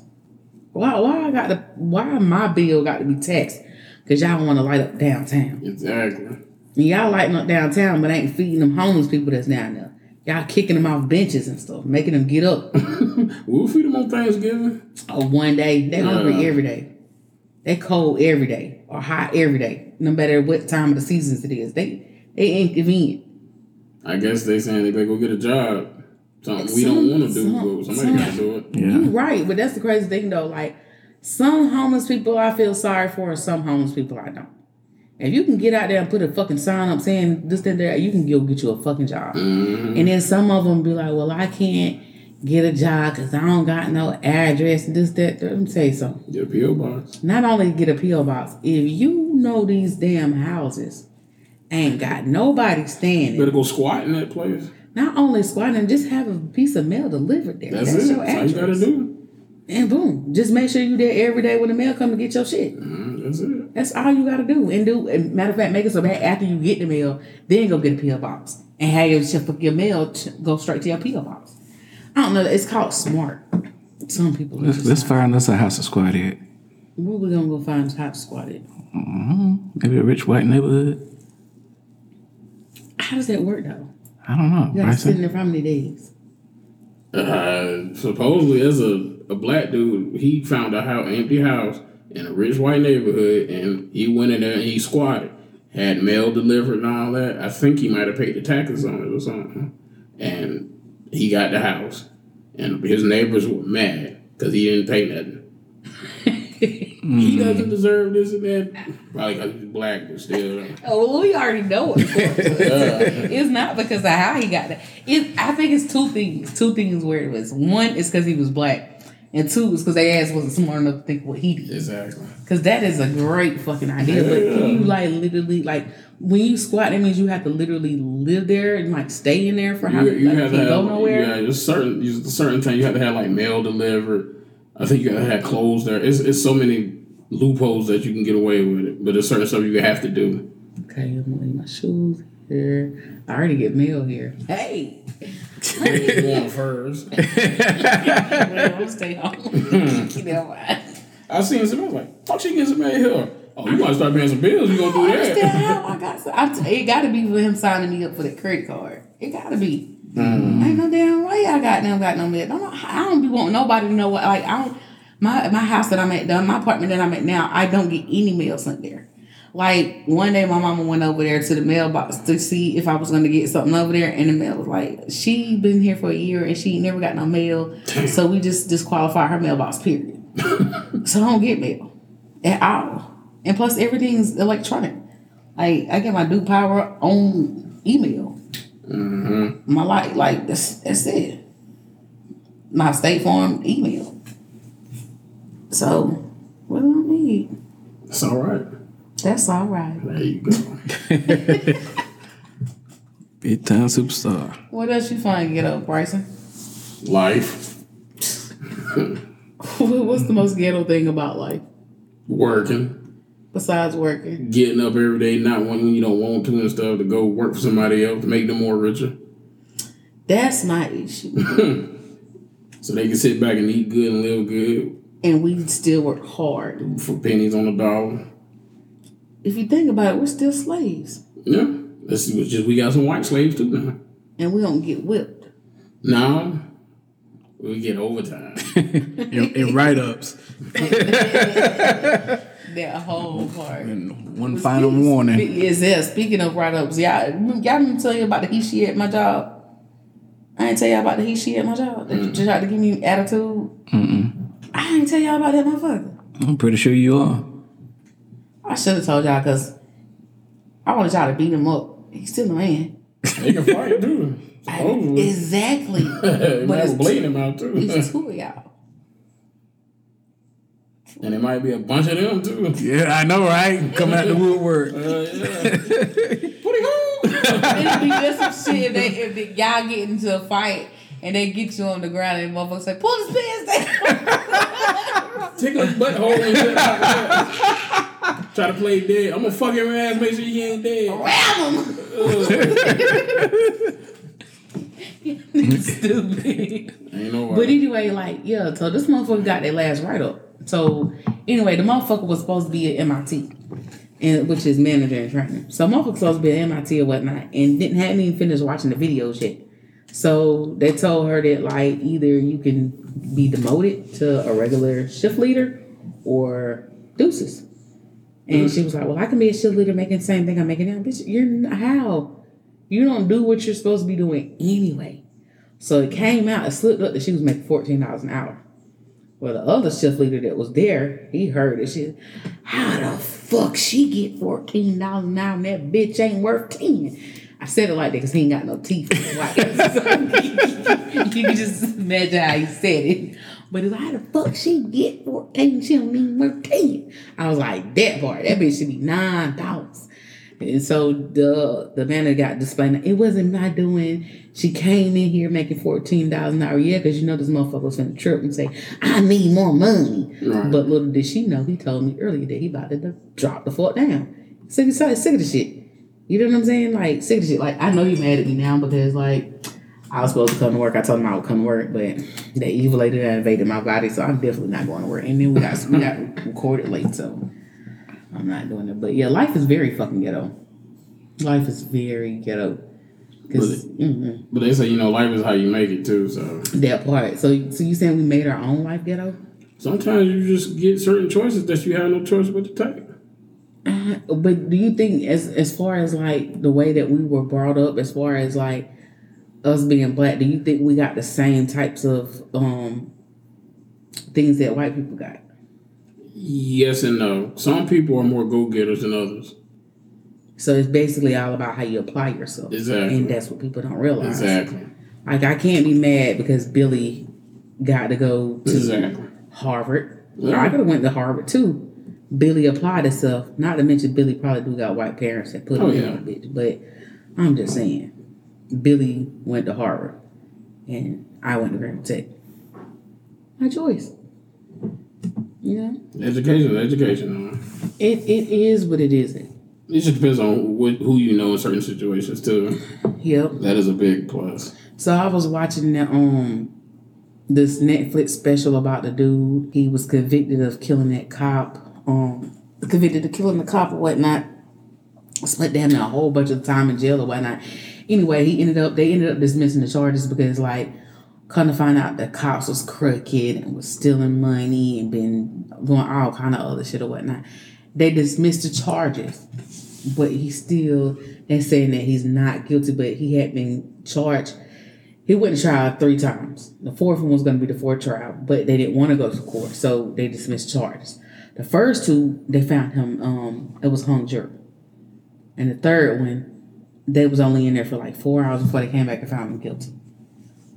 Speaker 1: Why why I got to why my bill got to be taxed? Cause y'all want to light up downtown.
Speaker 2: Exactly.
Speaker 1: And y'all lighting up downtown, but ain't feeding them homeless people that's down there. Y'all kicking them off benches and stuff, making them get up.
Speaker 2: We'll feed them on Thanksgiving.
Speaker 1: or one day. They hungry
Speaker 2: Yeah.
Speaker 1: every day. They cold every day or hot every day, no matter what time of the seasons it is. They they inconvenient.
Speaker 2: I guess they saying they better go get a job. Something we don't want to do,
Speaker 1: Some-
Speaker 2: but
Speaker 1: some-
Speaker 2: somebody got to do it.
Speaker 4: Yeah.
Speaker 1: You right, but that's the crazy thing though. Like some homeless people I feel sorry for, and some homeless people I don't. If you can get out there and put a fucking sign up saying this, that, that, you can go get you a fucking job. And then some of them be like, well, I can't get a job because I don't got no address, this, that. that. Let me tell you something.
Speaker 2: Get a PO box.
Speaker 1: not only get a PO box, if you know these damn houses ain't got nobody standing,
Speaker 2: Better go squat in that place.
Speaker 1: not only squatting, just have a piece of mail delivered there.
Speaker 2: That's,
Speaker 1: That's,
Speaker 2: it.
Speaker 1: your
Speaker 2: That's all you got to
Speaker 1: address.
Speaker 2: do.
Speaker 1: And boom, just make sure you there every day when the mail come to get your shit.
Speaker 2: Mm, That's it.
Speaker 1: That's all you gotta do. And do and matter of fact, make it so bad after you get the mail, then go get a PO box and have your shit- your mail t- go straight to your PO box. I don't know. It's called smart. Some people.
Speaker 4: Let's, let's find us a house to squat at.
Speaker 1: Where we gonna go find top squatted?
Speaker 4: Maybe a rich white neighborhood.
Speaker 1: How does that work though?
Speaker 4: I don't know.
Speaker 1: You gotta sit
Speaker 4: Bryson.
Speaker 1: in there for how many days?
Speaker 2: Uh, supposedly, as a, a black dude, he found a house, empty house in a rich white neighborhood, and he went in there and he squatted, had mail delivered and all that. I think he might have paid the taxes on it or something, and he got the house, and his neighbors were mad because he didn't pay nothing. He doesn't deserve this and that. Probably because he's black, but still.
Speaker 1: Oh, well, we already know it. it's not because of how he got that. It, I think it's two things. Two things where it was. One is because he was black, and two is because their ass wasn't smart enough to think what he did.
Speaker 2: Exactly.
Speaker 1: Because that is a great fucking idea. But can you like literally like when you squat, that means you have to literally live there and like stay in there for how
Speaker 2: You,
Speaker 1: many
Speaker 2: you
Speaker 1: like,
Speaker 2: have to
Speaker 1: can't
Speaker 2: have,
Speaker 1: go nowhere.
Speaker 2: Yeah, there's certain there's a certain thing you have to have like mail delivered. I think you have to have clothes there. It's, it's so many loopholes that you can get away with it, but there's certain stuff you have to do.
Speaker 1: Okay, I'm gonna leave my shoes here. I already get mail here. Hey,
Speaker 2: You want first?
Speaker 1: well, I'm stay home. you know why?
Speaker 2: I seen some. I was like, fuck, she getting some mail here. Oh, you gotta start paying some bills. You
Speaker 1: I
Speaker 2: gonna do
Speaker 1: understand
Speaker 2: that?
Speaker 1: how I got. I t- it got to be for him signing me up for the credit card. It got to be. Ain't no damn way I got them got no mid. I don't, I don't be wanting nobody to know what. Like I don't. My my house that I'm at, done my apartment that I'm at now, I don't get any mail sent there. Like one day, my mama went over there to the mailbox to see if I was going to get something over there, and the mail was like, "She been here for a year and she ain't never got no mail, so we just disqualify her mailbox." Period. so I don't get mail at all, and plus everything's electronic. Like I get my due power on email. My like like that's that's it. My State Farm email. So what do I need?
Speaker 2: It's all right.
Speaker 1: That's all right.
Speaker 2: There you go.
Speaker 4: Big time superstar.
Speaker 1: What else you find ghetto, Bryson?
Speaker 2: Life,
Speaker 1: What's the most ghetto thing about life
Speaker 2: working.
Speaker 1: besides working?
Speaker 2: getting up every day, not wanting when you don't want to and stuff to go work for somebody else, make them more richer.
Speaker 1: That's my issue.
Speaker 2: so they can sit back and eat good and live good
Speaker 1: and we still work hard.
Speaker 2: for pennies on the dollar.
Speaker 1: If you think about it, we're still slaves,
Speaker 2: Yeah, this is just we got some white slaves too now.
Speaker 1: and we don't get whipped.
Speaker 2: Now we get overtime.
Speaker 3: And, and write ups.
Speaker 1: That whole part.
Speaker 4: One final warning.
Speaker 1: Spe- Yes, yes. Speaking of write ups, y'all, y'all didn't tell you about the he she at my job. I ain't tell y'all about the he she at my job. They just tried to give me attitude. I ain't tell y'all about that motherfucker.
Speaker 4: I'm pretty sure you are.
Speaker 1: I should have told y'all because I wanted y'all to beat him up. He's still a man.
Speaker 2: they can fight too. It's over with.
Speaker 1: Exactly.
Speaker 2: They
Speaker 1: but
Speaker 2: might
Speaker 1: it's
Speaker 2: have bleed them out
Speaker 1: It's
Speaker 2: too,
Speaker 1: two of y'all.
Speaker 2: and it might be a bunch of them too.
Speaker 3: Yeah, I know, right? Coming out the woodwork.
Speaker 2: Uh, yeah.
Speaker 1: It'd be just some shit if, they, if they- y'all get into a fight and they get you on the ground and motherfuckers say, pull his pants down.
Speaker 2: Take a butthole and shit like that. Try to play dead. I'm gonna fuck your ass, make sure you ain't dead.
Speaker 1: Ram him. Stupid.
Speaker 2: Ain't no
Speaker 1: But anyway, like, yeah, so this motherfucker got their last write up. So anyway, the motherfucker was supposed to be at MIT, and which is manager and training. So motherfucker supposed to be at MIT or whatnot, and didn't hadn't even finished watching the videos yet. So they told her that like either you can be demoted to a regular shift leader or deuces. And she was like, Well, I can be a shift leader making the same thing I'm making now. Bitch, you're n- how? You don't do what you're supposed to be doing anyway. So it came out, it slipped up that she was making fourteen dollars an hour. Well, the other shift leader that was there, he heard it. She, how the fuck she get fourteen dollars an hour and that bitch ain't worth ten? I said it like that because he ain't got no teeth. Like, you can just imagine how he said it. But it's like, how the fuck she get fourteen? She don't even worth ten. I was like, that part, that bitch should be nine dollars. And so the the manager got displayed. It wasn't my doing. She came in here making fourteen dollars an hour. Yeah, because you know this motherfucker was finna trip and say, "I need more money."
Speaker 2: Right.
Speaker 1: But little did she know, he told me earlier that he about to d- drop the fork down. Sick, sick, sick of the shit. You know what I'm saying? Like sick of the shit. Like I know you mad at me now because like I was supposed to come to work. I told him I would come to work, but the evil lady that invaded my body, so I'm definitely not going to work. And then we got we got recorded late, so I'm not doing it. But yeah, life is very fucking ghetto. Life is very ghetto. Because mhm,
Speaker 2: But they say you know life is how you make it too. So
Speaker 1: that part. So so you saying we made our own life ghetto?
Speaker 2: sometimes you just get certain choices that you have no choice but to take.
Speaker 1: But do you think as as far as like the way that we were brought up, as far as like us being black, do you think we got the same types of um things that white people got?
Speaker 2: Yes and no. Some people are more go getters than others.
Speaker 1: So it's basically all about how you apply yourself.
Speaker 2: Exactly.
Speaker 1: And that's what people don't realize.
Speaker 2: Exactly.
Speaker 1: Like I can't be mad because Billy got to go to
Speaker 2: Exactly.
Speaker 1: Harvard. I could have went to Harvard too. Billy applied himself. Not to mention Billy probably do got white parents that put him
Speaker 2: Oh,
Speaker 1: in
Speaker 2: yeah.
Speaker 1: a bitch. But I'm just saying, Billy went to Harvard, and I went to Graham Tech. My choice. You know,
Speaker 2: Education, is education. huh?
Speaker 1: it it is what it isn't.
Speaker 2: It just depends on what, who you know in certain situations too.
Speaker 1: Yep.
Speaker 2: That is a big plus.
Speaker 1: So I was watching the um this Netflix special about the dude. He was convicted of killing that cop. Um convicted of killing the cop or whatnot. Spent damn near a whole bunch of time in jail or whatnot. Anyway, he ended up they ended up dismissing the charges because like kind of find out the cops was crooked and was stealing money and been doing all kind of other shit or whatnot. They dismissed the charges but he still they saying that he's not guilty, but he had been charged. He went to trial three times. The fourth one was going to be the fourth trial, but they didn't want to go to court, so they dismissed charges. The first two, they found him. Um, it was hung jury, and the third one, they was only in there for like four hours before they came back and found him guilty.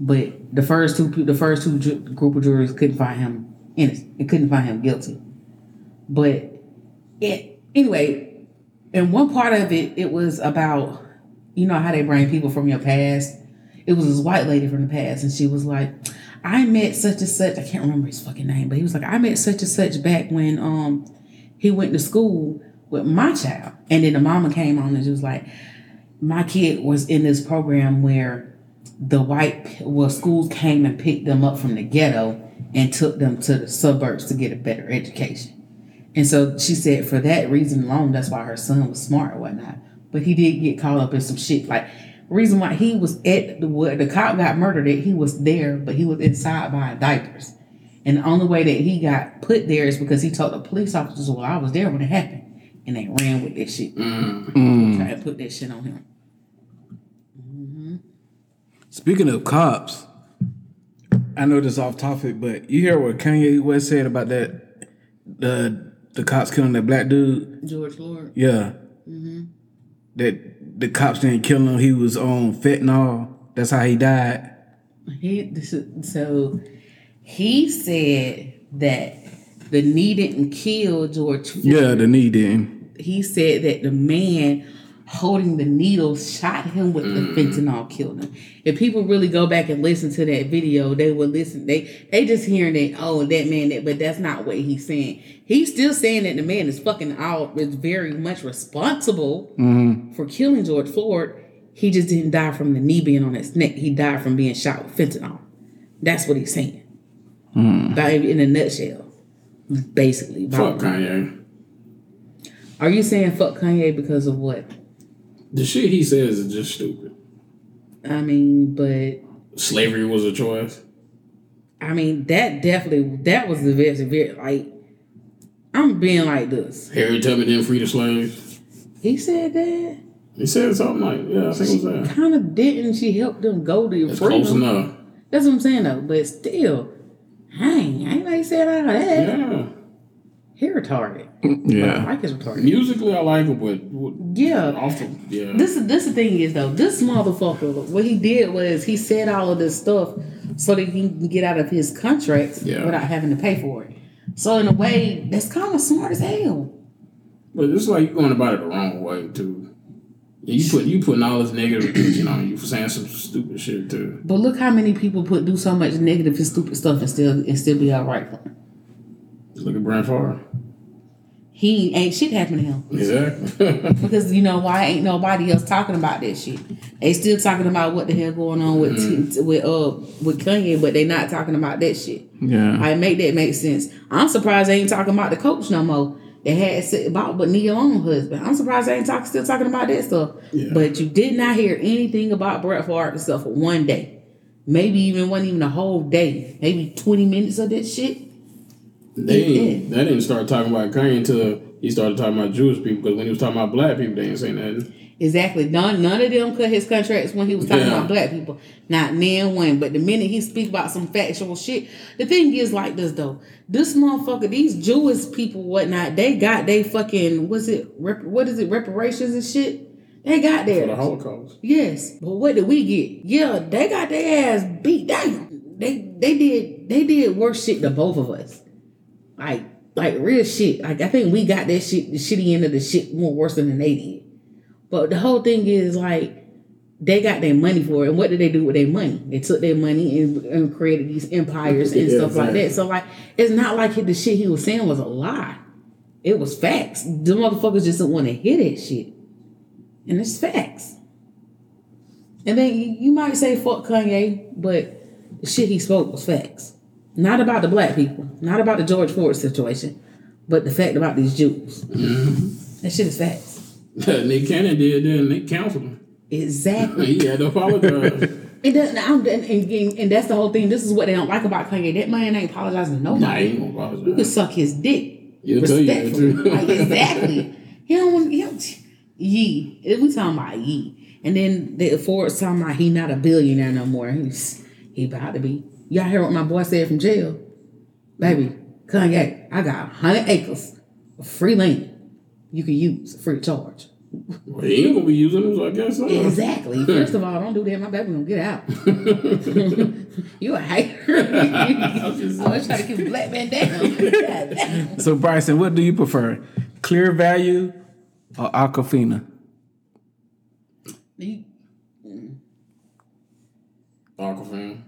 Speaker 1: But the first two, peo- the first two ju- group of jurors couldn't find him innocent. They couldn't find him guilty. But it anyway, and one part of it it was about you know how they bring people from your past it was this white lady from the past and she was like i met such and such i can't remember his fucking name but he was like i met such and such back when um he went to school with my child and then the mama came on and she was like my kid was in this program where the white well schools came and picked them up from the ghetto and took them to the suburbs to get a better education. And so she said for that reason alone, that's why her son was smart and whatnot. But he did get caught up in some shit. Like reason why he was at the where the cop got murdered at, he was there, but he was inside buying diapers. And the only way that he got put there is because he told the police officers, Well, I was there when it happened. And they ran with that shit. Tried to put that shit on him.
Speaker 3: Speaking of cops, I know this off topic, but you hear what Kanye West said about that the the cops killing that black dude?
Speaker 1: George Lord.
Speaker 3: Yeah. That the cops didn't kill him. He was on fentanyl. That's how he died.
Speaker 1: He this is- so he said that the knee didn't kill George. Floyd.
Speaker 3: Yeah, the knee didn't.
Speaker 1: He said that the man holding the needle shot him with the fentanyl killed him. If people really go back and listen to that video, they will listen. They they just hearing that oh that man that but that's not what he's saying. He's still saying that the man is fucking all is very much responsible for killing George Floyd. He just didn't die from the knee being on his neck. He died from being shot with fentanyl. That's what he's saying. By, in a nutshell, basically. By-
Speaker 2: Fuck Kanye.
Speaker 1: Are you saying fuck Kanye because of what?
Speaker 2: The shit he says is just stupid.
Speaker 1: I mean, but
Speaker 2: Slavery was a choice.
Speaker 1: I mean that definitely that was the very very like I'm being like this.
Speaker 2: Harry Tubman didn't free the slaves.
Speaker 1: He said that
Speaker 2: He said something like, yeah, I think it was that.
Speaker 1: kind of didn't she help them go to
Speaker 2: It's
Speaker 1: freedom?
Speaker 2: close enough.
Speaker 1: That's what I'm saying though. But still, dang, I ain't like said all that.
Speaker 2: Yeah.
Speaker 1: He retarded.
Speaker 3: Yeah.
Speaker 1: Mike is retarded.
Speaker 2: Musically, I like it, but
Speaker 1: Yeah.
Speaker 2: often, yeah.
Speaker 1: This is this the thing is though. This motherfucker, what he did was he said all of this stuff so that he can get out of his contracts
Speaker 2: Yeah.
Speaker 1: without having to pay for it. So in a way, that's kind of smart as hell.
Speaker 2: But it's like you're going about it the wrong way too. Yeah, you put you putting all this negative attention on you for saying some stupid shit too.
Speaker 1: But look how many people put do so much negative and stupid stuff and still and still be all right for him.
Speaker 2: Look at Brent Favre.
Speaker 1: He ain't shit happened to him
Speaker 2: Exactly.
Speaker 1: because you know why ain't nobody else talking about that shit. They still talking about what the hell going on with T- with uh with Kanye, but they not talking about that shit.
Speaker 2: Mm-hmm.
Speaker 3: Yeah.
Speaker 1: I make that make sense. I'm surprised they ain't talking about the coach no more. They had said about but Neil on husband. I'm surprised they ain't talk, still talking about that stuff.
Speaker 2: Yeah.
Speaker 1: But you did not hear anything about Brett Favre and stuff for one day. Maybe even wasn't even a whole day. Maybe 20 minutes of that shit.
Speaker 2: they
Speaker 1: did.
Speaker 2: didn't, they didn't start talking about Kanye until he started talking about Jewish people. Because when he was talking about black people, they ain't saying nothing.
Speaker 1: Exactly. None none of them cut his contracts when he was talking
Speaker 2: Yeah.
Speaker 1: about black people. Not man one. But the minute he speak about some factual shit, the thing is like this though. This motherfucker, these Jewish people, whatnot, they got they fucking what's it rep, what is it reparations and shit. They got
Speaker 2: For the
Speaker 1: theirs.
Speaker 2: Holocaust,
Speaker 1: Yes, but what did we get? Yeah, they got their ass beat down. They they did they did worse shit to both of us. Like like real shit. Like I think we got that shit the shitty end of the shit more worse than they did. But the whole thing is like they got their money for it. And what did they do with their money? They took their money and, and created these empires and
Speaker 2: Yeah,
Speaker 1: stuff like
Speaker 2: exactly.
Speaker 1: that. So like it's not like the shit he was saying was a lie. It was facts. The motherfuckers just didn't want to hear that shit. And it's facts. And then you, you might say fuck Kanye, but the shit he spoke was facts. Not about the black people, not about the George Floyd situation, but the fact about these Jews. That shit is facts.
Speaker 2: Nick Cannon did. Then Nick counseled him.
Speaker 1: Exactly.
Speaker 2: He had to apologize.
Speaker 1: It doesn't. I'm, and, and, and that's the whole thing. This is what they don't like about Kanye. That man ain't apologizing to nobody.
Speaker 2: nah, he ain't gonna
Speaker 1: You can
Speaker 2: apologize.
Speaker 1: suck his dick.
Speaker 2: He'll tell you that,
Speaker 1: respectfully.
Speaker 2: too.
Speaker 1: like, exactly. He don't want he don't, ye. If we talking about ye. And then the Ford's talking about he not a billionaire no more. He's he about to be. Y'all hear what my boy said from jail? Baby, Kanye, I got hundred acres of free land you can use free of charge.
Speaker 2: Well, he ain't gonna be using him, so I guess. not.
Speaker 1: Exactly. First of all, don't do that. My baby gonna get out. you a hater. I'm gonna try to keep a black man down. God damn.
Speaker 3: So Bryson, what do you prefer, Clear Value or Aquafina?
Speaker 1: You-
Speaker 2: Aquafina.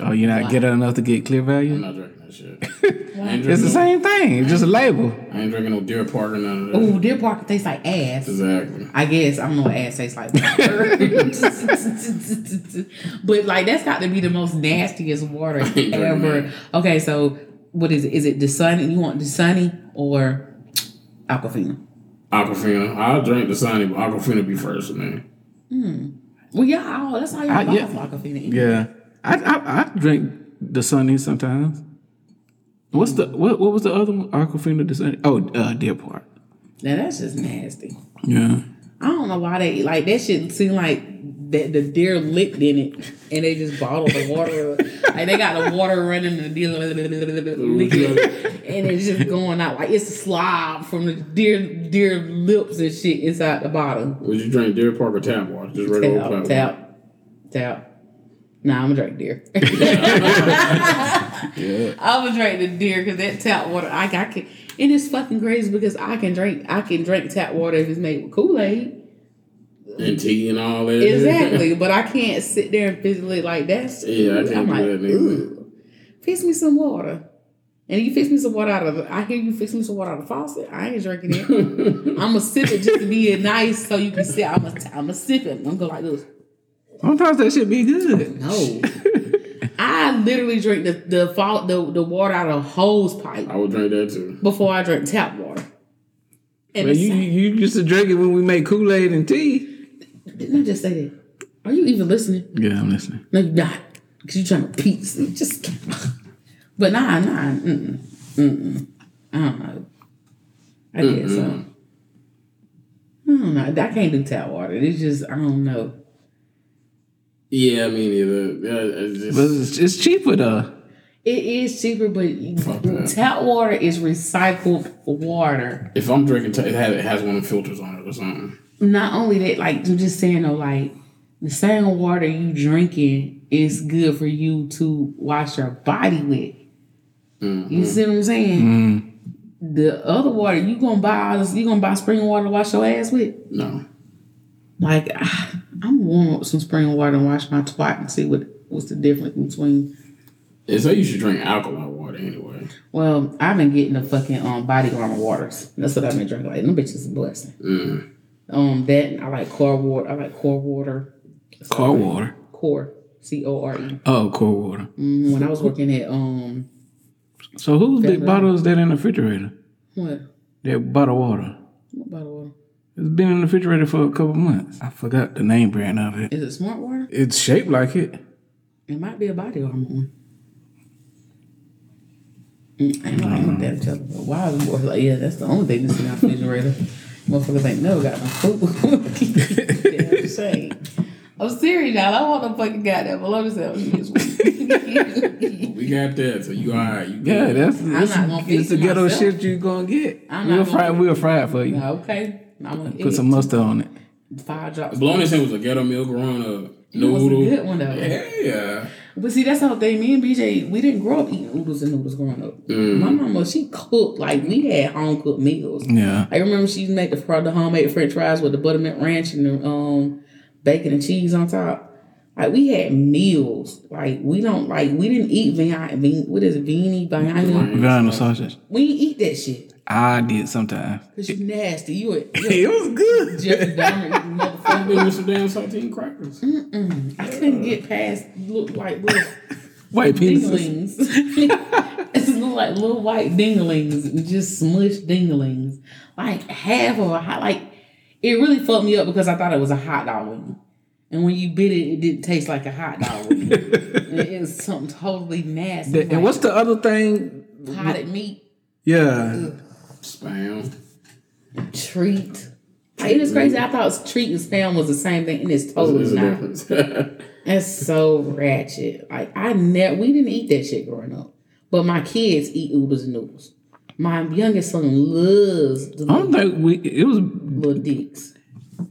Speaker 3: Oh, you're not getting enough to get Clear
Speaker 2: I'm
Speaker 3: Value.
Speaker 2: not drinking and shit. I ain't
Speaker 4: It's
Speaker 2: drinking
Speaker 4: the
Speaker 2: no-
Speaker 4: same thing. It's just a label.
Speaker 2: I ain't drinking no Deer Park or none of that.
Speaker 1: Ooh, Deer Park tastes like ass.
Speaker 2: Exactly.
Speaker 1: I guess I don't know what ass tastes like, but like that's got to be the most nastiest water
Speaker 2: drinking
Speaker 1: ever.
Speaker 2: that.
Speaker 1: Okay, so what is it? Is it the sunny? You want the sunny or Aquafina?
Speaker 2: Aquafina. I'll drink the Sunny, but Aquafina be first, man.
Speaker 1: Well, yeah, oh, that's all
Speaker 4: I-
Speaker 1: y'all buy
Speaker 4: yeah.
Speaker 1: from Aquafina.
Speaker 4: Yeah.
Speaker 3: I, I I drink the Sunny sometimes. What's the what? What was the other one? Aquafina the Sunny. Oh, uh, Deer Park.
Speaker 1: Now that's just nasty.
Speaker 3: Yeah.
Speaker 1: I don't know why they like that. Shit seem like that the deer licked in it, and they just bottled the water. like they got the water running and the deer licking, and it's just going out like it's a slob from the deer deer lips and shit inside the bottle.
Speaker 2: Would you drink Deer Park or tap water? Just regular
Speaker 1: Tap
Speaker 2: old tap.
Speaker 1: tap tap. Nah, I'm gonna drink deer. I'm gonna drink the deer because that tap water I, I can. And it's fucking crazy because I can drink I can drink tap water if it's made with Kool Aid.
Speaker 2: And tea and all that.
Speaker 1: Exactly, but I can't sit there and physically like that's
Speaker 2: Yeah, I can't
Speaker 1: am
Speaker 2: do
Speaker 1: like,
Speaker 2: that neither.
Speaker 1: "Ooh, fix me some water. And you fix me some water out of the, I hear you fix me some water out of the faucet. I ain't drinking it. I'm gonna sip it just to be nice so you can sit. I'm gonna I'm gonna sip it. I'm gonna go like this.
Speaker 4: Sometimes that should be good.
Speaker 1: No, I literally drink the the fall the, the water out of a hose pipe
Speaker 2: I would drink that too.
Speaker 1: before I drink tap water. And
Speaker 4: But
Speaker 1: it's-
Speaker 4: you you used to drink it when we made Kool Aid and tea.
Speaker 1: didn't I just say that? Are you even listening?
Speaker 4: Yeah, I'm listening.
Speaker 1: No, you're not. Because you're trying to peace. You Just But nah, nah. Mm-mm, mm-mm. I don't know. I guess so. I don't know. I can't do tap water. It's just, I don't know.
Speaker 2: Yeah, me neither. Yeah, it's just,
Speaker 4: But it's, uh, it's cheaper though.
Speaker 1: It is cheaper, but
Speaker 2: Fuck that.
Speaker 1: tap water is recycled water.
Speaker 2: if I'm drinking, tap, it, has, it has one of the filters on it or something.
Speaker 1: Not only that, like, I'm just saying though, like, the same water you drinking is good for you to wash your body with. You see what I'm saying? The other water you gonna buy, all this, you gonna buy spring water to wash your ass with?
Speaker 2: No.
Speaker 1: Like ah, I'm warm up some spring water and wash my twat and see what what's the difference between.
Speaker 2: They say you should drink alkaline water anyway.
Speaker 1: Well, I've been getting the fucking um body armor waters. That's what I've been drinking. Like them bitches a blessing. Um, that and I like core water. I like core water.
Speaker 4: Car water.
Speaker 1: Core. C O R E.
Speaker 4: Oh, core water.
Speaker 1: Mm, When I was working at um
Speaker 4: So whose
Speaker 1: uh,
Speaker 4: big bottle is that in the refrigerator?
Speaker 1: what?
Speaker 4: That bottle water.
Speaker 1: What bottle water?
Speaker 4: It's been in the refrigerator for a couple months. I forgot the name brand of it.
Speaker 1: Is it smart water?
Speaker 4: It's shaped like it.
Speaker 1: It might be a body armor one. Mm, I ain't gonna look at each other. But why is boy like, yeah, that's the only thing that's in our refrigerator. Motherfuckers ain't never got no food. Damn shame. I'm serious, y'all. I want to fucking goddamn bologna sandwich.
Speaker 2: We got that, so you all right. You
Speaker 4: Yeah,
Speaker 2: good.
Speaker 4: that's it's,
Speaker 1: not gonna
Speaker 4: it's the
Speaker 1: feed
Speaker 4: ghetto
Speaker 1: myself.
Speaker 4: shit you gonna get.
Speaker 1: I'm
Speaker 4: we'll
Speaker 1: not gonna
Speaker 4: fry
Speaker 1: feed
Speaker 4: we'll fry it for you.
Speaker 1: okay. I'm gonna eat
Speaker 4: Put some mustard on it.
Speaker 1: five drops.
Speaker 2: Bologna sandwich was a ghetto meal growing up.
Speaker 1: It was a
Speaker 2: Noodle.
Speaker 1: good one though.
Speaker 2: Yeah.
Speaker 1: But see, that's the whole thing. Me and BJ, we didn't grow up eating oodles and noodles growing up. My mama, she cooked like we had home cooked meals.
Speaker 4: Yeah.
Speaker 1: I remember she made the fr- the homemade French fries with the buttermilk ranch and the um bacon and cheese on top. Like we had meals. Like we don't like we didn't eat vine, vine what is it beanie
Speaker 2: Mm-hmm.
Speaker 1: vine.
Speaker 4: Vinyl sausage.
Speaker 1: We didn't eat that shit
Speaker 4: I did sometimes.
Speaker 1: because you nasty. You a you
Speaker 4: It was good.
Speaker 1: a Jeffrey Dahmer you motherfucker.
Speaker 2: With some damn saltine crackers.
Speaker 1: I couldn't get past look like little.
Speaker 4: White penises.
Speaker 1: dinglings. it's look like little white dinglings, just smushed dinglings. Like half of a hot, like it really fucked me up because I thought it was a hot dog wing. And when you bit it, it didn't taste like a hot dog wing. it it was something totally nasty.
Speaker 4: Th- And
Speaker 1: like
Speaker 4: what's the other thing?
Speaker 1: potted meat
Speaker 4: Yeah.
Speaker 2: Spam.
Speaker 1: treat? Like, it is crazy. I thought treat and spam was the same thing, and it's totally
Speaker 2: There's a
Speaker 1: not.
Speaker 2: difference.
Speaker 1: That's so ratchet. Like I never, we didn't eat that shit growing up, but my kids eat oodles and noodles. My youngest son loves the
Speaker 4: I
Speaker 1: little,
Speaker 4: don't think we it was
Speaker 1: little dicks.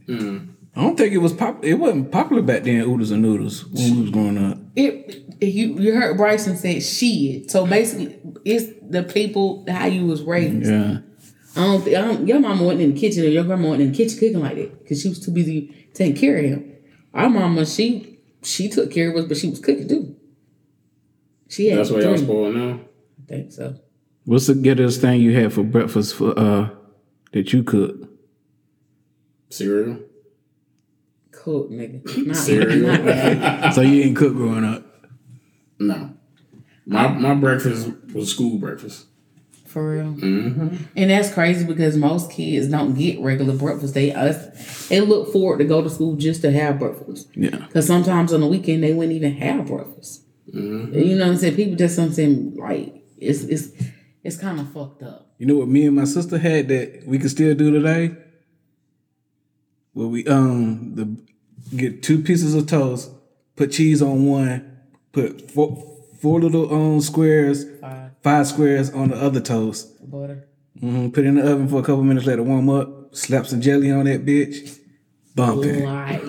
Speaker 4: I don't think it was pop it wasn't popular back then, oodles and noodles when we was growing up.
Speaker 1: It, it- you you heard Bryson said shit. So basically, it's the people how you was raised.
Speaker 4: Yeah.
Speaker 1: I don't, thi- I don't. Your mama wasn't in the kitchen, or your grandma wasn't in the kitchen cooking like that because she was too busy taking care of him. Our mama, she she took care of us, but she was cooking too. She had
Speaker 2: That's why y'all
Speaker 1: three.
Speaker 2: spoiled now.
Speaker 1: think so.
Speaker 3: What's the gettest thing you had for breakfast for uh that you cooked?
Speaker 2: Cereal.
Speaker 1: Cook, nigga. Not,
Speaker 2: Cereal.
Speaker 1: not bad.
Speaker 3: So you didn't cook growing up.
Speaker 2: No. My my breakfast was school breakfast.
Speaker 1: For real. And that's crazy because most kids don't get regular breakfast. They us they look forward to go to school just to have breakfast.
Speaker 3: Yeah.
Speaker 1: Because sometimes on the weekend they wouldn't even have breakfast. You know what I'm saying? People just something like it's it's it's kind of fucked up.
Speaker 3: You know what me and my sister had that we can still do today? Well we um the get two pieces of toast, put cheese on one, put four four little um squares,
Speaker 1: Five.
Speaker 3: five squares on the other toast.
Speaker 1: Butter.
Speaker 3: Mhm, Put it in the oven for a couple minutes, let it warm up, slap some jelly on that bitch, bumping.
Speaker 1: Like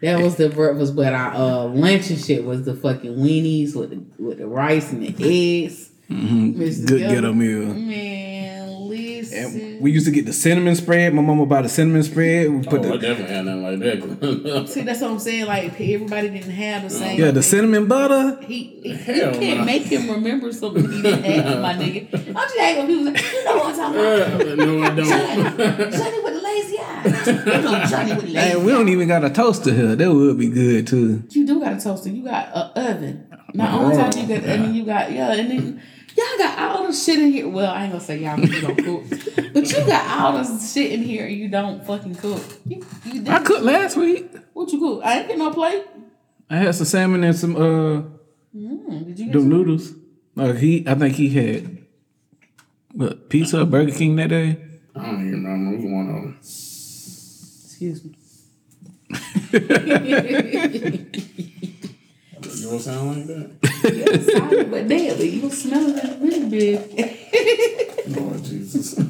Speaker 1: that was the breakfast, but our uh, lunch and shit was the fucking weenies with the with the rice and the eggs. Mixed
Speaker 3: Good
Speaker 1: together.
Speaker 3: ghetto meal.
Speaker 1: Man, listen.
Speaker 3: We used to get the cinnamon spread. My mama bought a cinnamon spread. We put
Speaker 2: oh, I
Speaker 3: the
Speaker 2: definitely had nothing like that.
Speaker 1: See, that's what I'm saying. Like everybody didn't have the same.
Speaker 3: yeah, the cinnamon butter.
Speaker 1: He, he, he
Speaker 2: Hell
Speaker 1: can't
Speaker 2: no.
Speaker 1: make him remember something he didn't have, my nigga. I'm just acting people like, you know what I'm talking about.
Speaker 2: no, I don't.
Speaker 1: Johnny, Johnny with the lazy eyes. You know Johnny with the lazy
Speaker 3: Hey, we don't even got a toaster here. That would be good too.
Speaker 1: You do got a toaster. You got a oven. Not only time you got, and then you got yeah, and then y'all got all the shit in here. Well, I ain't gonna say y'all because you don't cook, but you got all this shit in here. and You don't fucking cook. You, you did.
Speaker 3: I cooked last week.
Speaker 1: What you cook? I ain't get no plate.
Speaker 3: I had some salmon and some uh
Speaker 1: Mm, did you? Get
Speaker 3: them noodles. Uh, he, I think he had what, pizza, Burger King that day.
Speaker 2: I don't even remember. It was one of them.
Speaker 1: Excuse me.
Speaker 2: You don't sound like that?
Speaker 1: Sorry, but daily you smelling that little bit.
Speaker 2: Lord Jesus.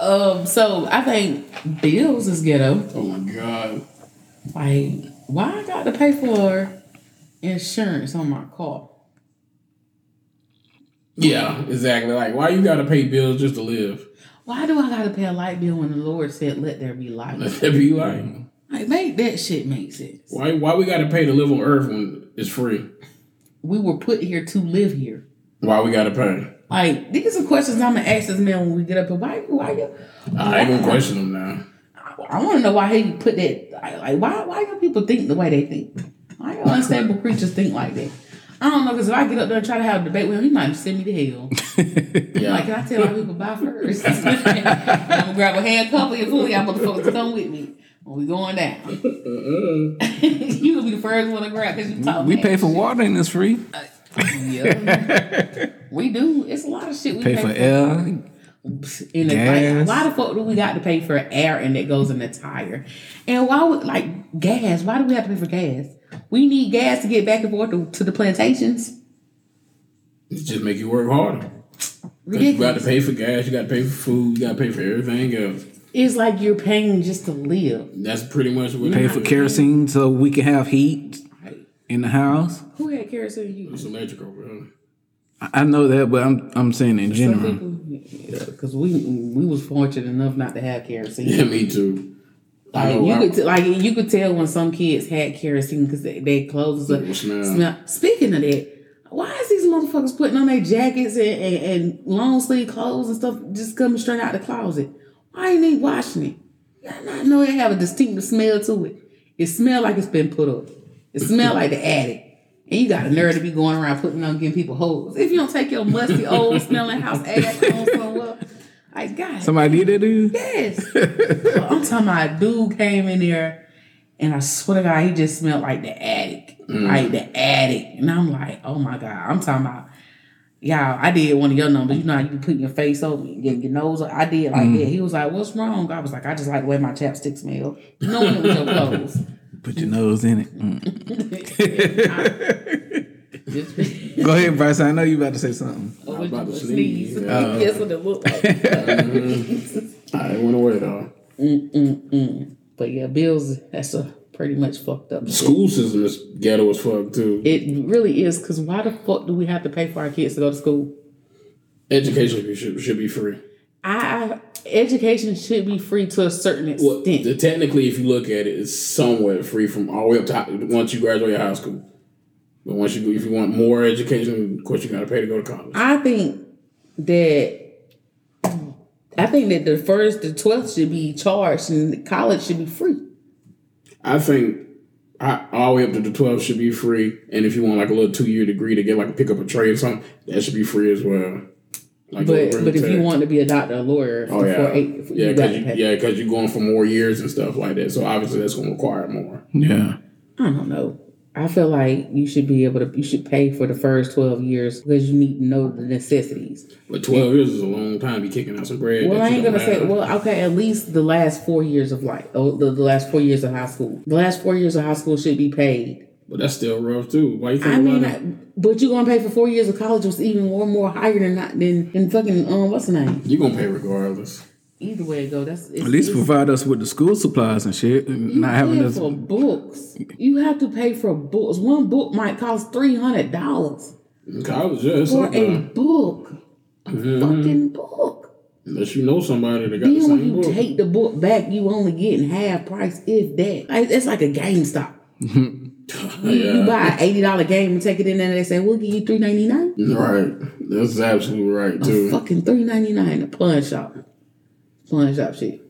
Speaker 1: Um, so I think bills is ghetto.
Speaker 2: Oh my God.
Speaker 1: Like, why I got to pay for insurance on my car?
Speaker 2: Yeah, exactly. Like, why you gotta pay bills just to live?
Speaker 1: Why do I got to pay a light bill when the Lord said, "Let there be light"?
Speaker 2: That'd be like,
Speaker 1: Like, make that shit make sense.
Speaker 2: why why we gotta pay to live on Earth when it's free?
Speaker 1: We were put here to live here.
Speaker 2: Why we gotta pay?
Speaker 1: Like, these are questions I'm gonna ask this man when we get up. here. Why? Why you?
Speaker 2: I ain't gonna question them now.
Speaker 1: Oh I want to know why he put that. Like, why? Why do people think the way they think? Why do unstable creatures think like that? I don't know because if I get up there and try to have a debate with him, he might send me to hell.
Speaker 2: Yeah.
Speaker 1: Like, can I tell my people buy first? I'm gonna grab a handcuff of your food. Y'all motherfuckers come with me. When we going down. you gonna be the first one to grab because you talking.
Speaker 3: Mm, We pay for water and it's free.
Speaker 1: Yeah. we do. It's a lot of shit we
Speaker 3: Pay for air.
Speaker 1: in the
Speaker 3: gas.
Speaker 1: like, why the fuck do we got to pay for air and that goes in the tire? And why would like gas? Why do we have to pay for gas? We need gas to get back and forth to, to the plantations.
Speaker 2: It just make you work harder. 'Cause You
Speaker 1: Ridiculous.
Speaker 2: gotta pay for gas, you gotta pay for food, you gotta pay for everything else.
Speaker 1: It's like you're paying just to live.
Speaker 2: That's pretty much what
Speaker 3: Pay for kerosene so we can have heat in the house.
Speaker 1: Who had kerosene? You
Speaker 2: It's electrical, bro.
Speaker 3: I I know that, but I'm I'm saying in
Speaker 1: some
Speaker 3: general.
Speaker 1: people, because Hmm. we we was fortunate enough not to have kerosene.
Speaker 2: Yeah, me too. I
Speaker 1: Like
Speaker 2: know.
Speaker 1: you
Speaker 2: I-
Speaker 1: could t- like you could tell when some kids had kerosene because they, they clothes
Speaker 2: It
Speaker 1: was
Speaker 2: would smell.
Speaker 1: smell. Speaking of that, why is these motherfuckers putting on their jackets and, and, and long sleeve clothes and stuff just coming straight out the closet? Why ain't they washing it? Y'all not know they have a distinctive smell to it. It smell like it's been put up. It smell like the attic. And you got a nerve to be going around putting on giving people hoes. If you don't take your musty old smelling house ass on somewhere, like God
Speaker 3: Somebody did that, dude.
Speaker 1: Yes. I'm talking about a dude came in there and I swear to God, he just smelled like the attic.
Speaker 2: Mm.
Speaker 1: Like the attic. And I'm like, oh my God. I'm talking about, y'all, I did one of your numbers. You know how you put your face over and get your nose up. I did
Speaker 2: Mm.
Speaker 1: like that. He was like, what's wrong? I was like, I just like the way my chapstick smell. No one was your clothes.
Speaker 3: Put your nose in it. Mm.
Speaker 1: Just
Speaker 3: Go ahead, Bryce. I know you about to say something.
Speaker 1: was
Speaker 2: about to
Speaker 1: sneeze.
Speaker 2: sneeze. Uh,
Speaker 1: Guess what it looked like.
Speaker 2: I went away though.
Speaker 1: But yeah, Bill's, that's a pretty much fucked up.
Speaker 2: School system is ghetto as fuck too.
Speaker 1: It really is because why the fuck do we have to pay for our kids to go to school?
Speaker 2: Education should, should be free.
Speaker 1: I, I education should be free to a certain
Speaker 2: Well,
Speaker 1: extent.
Speaker 2: the, technically, if you look at it, it's somewhat free from all the way up to high, once you graduate high school. But once you if you want more education, of course you gotta pay to go to college.
Speaker 1: I think that I think that the first the twelfth should be charged and college should be free.
Speaker 2: I think I, all the way up to the 12 should be free. And if you want like a little two year degree to get like pick up a trade or something, that should be free as well. Like
Speaker 1: But
Speaker 2: over
Speaker 1: but if you
Speaker 2: tech.
Speaker 1: want to be a doctor, a lawyer,
Speaker 2: Oh,
Speaker 1: before
Speaker 2: yeah.
Speaker 1: eight,
Speaker 2: yeah,
Speaker 1: you got
Speaker 2: because
Speaker 1: to
Speaker 2: you,
Speaker 1: pay.
Speaker 2: yeah, 'cause you're going for more years and stuff like that. So obviously that's going to require more.
Speaker 3: Yeah.
Speaker 1: I don't know. I feel like you should be able to you should pay for the first twelve years because you need to know the necessities.
Speaker 2: But 12 years is a long time to be kicking out some bread.
Speaker 1: Well,
Speaker 2: that
Speaker 1: I
Speaker 2: you
Speaker 1: ain't
Speaker 2: don't
Speaker 1: gonna say.
Speaker 2: have.
Speaker 1: Well, okay, at least the last four years of life, oh, the, the last four years of high school, the last four years of high school should be paid.
Speaker 2: But that's still rough too. Why you think
Speaker 1: I
Speaker 2: about
Speaker 1: mean,
Speaker 2: that?
Speaker 1: I, but you're gonna pay for four years of college was even more more higher than not than than fucking um what's the name?
Speaker 2: You're going to pay regardless.
Speaker 1: Either way it go, that's it's,
Speaker 3: At least
Speaker 1: it's,
Speaker 3: provide us with the school supplies and shit. And
Speaker 1: you
Speaker 3: not having
Speaker 1: pay
Speaker 3: us.
Speaker 1: for books. You have to pay for books. One book might cost three hundred dollars
Speaker 2: In College, yeah, it's uh,
Speaker 1: for
Speaker 2: up
Speaker 1: a
Speaker 2: there.
Speaker 1: book,
Speaker 3: Mm-hmm.
Speaker 2: Mhm.
Speaker 1: fucking book.
Speaker 2: Unless you know somebody that got the
Speaker 1: Then when
Speaker 2: same
Speaker 1: you
Speaker 2: book.
Speaker 1: take the book back, you only getting half price if that. Like, it's like a GameStop. You
Speaker 2: yeah.
Speaker 1: buy an eighty dollar game and take it in there, and they say we'll give you three ninety nine.
Speaker 2: Right. That's absolutely right
Speaker 1: A
Speaker 2: too.
Speaker 1: fucking three ninety nine a pawn shop, pawn shop shit.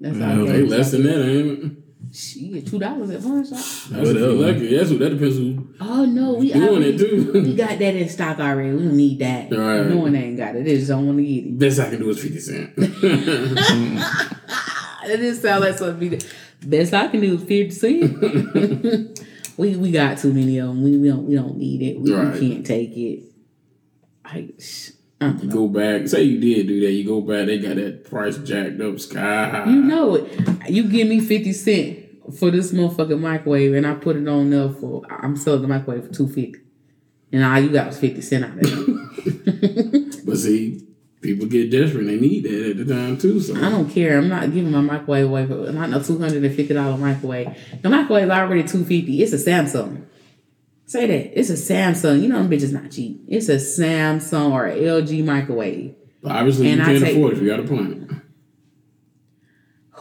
Speaker 1: That's how it
Speaker 2: They
Speaker 1: goes.
Speaker 2: less than that, ain't it?
Speaker 1: Shit, two dollars at pawn shop.
Speaker 2: That's
Speaker 3: Whatever.
Speaker 2: lucky. uh, That's what that depends who
Speaker 1: Oh no, we
Speaker 2: doing
Speaker 1: already-
Speaker 2: it too.
Speaker 1: We got that in stock already. We don't need that.
Speaker 2: Right.
Speaker 1: No one ain't got it. They just don't want to get it.
Speaker 2: Best I can do is fifty cent.
Speaker 1: It just sound like something be the best I can do is fifty cent. we we got too many of them. We, we don't we don't need it. We, we
Speaker 2: Right.
Speaker 1: can't take it. I, sh- I don't
Speaker 2: go back. Say you did do that. You go back. They got that price jacked up sky high.
Speaker 1: You know it. You give me fifty cent for this motherfucking microwave, and I put it on there for I'm selling the microwave for two fifty, and all you got was fifty cent out of it.
Speaker 2: But see, people get desperate. They need that at the time too. So
Speaker 1: I don't care. I'm not giving my microwave away for not no two hundred and fifty dollar microwave. The microwave already two fifty. It's a Samsung. Say that it's a Samsung. You know them bitches not cheap. It's a Samsung or a LG microwave.
Speaker 2: But obviously,
Speaker 1: And
Speaker 2: you
Speaker 1: I
Speaker 2: can't
Speaker 1: take-
Speaker 2: afford it. if You got a plan.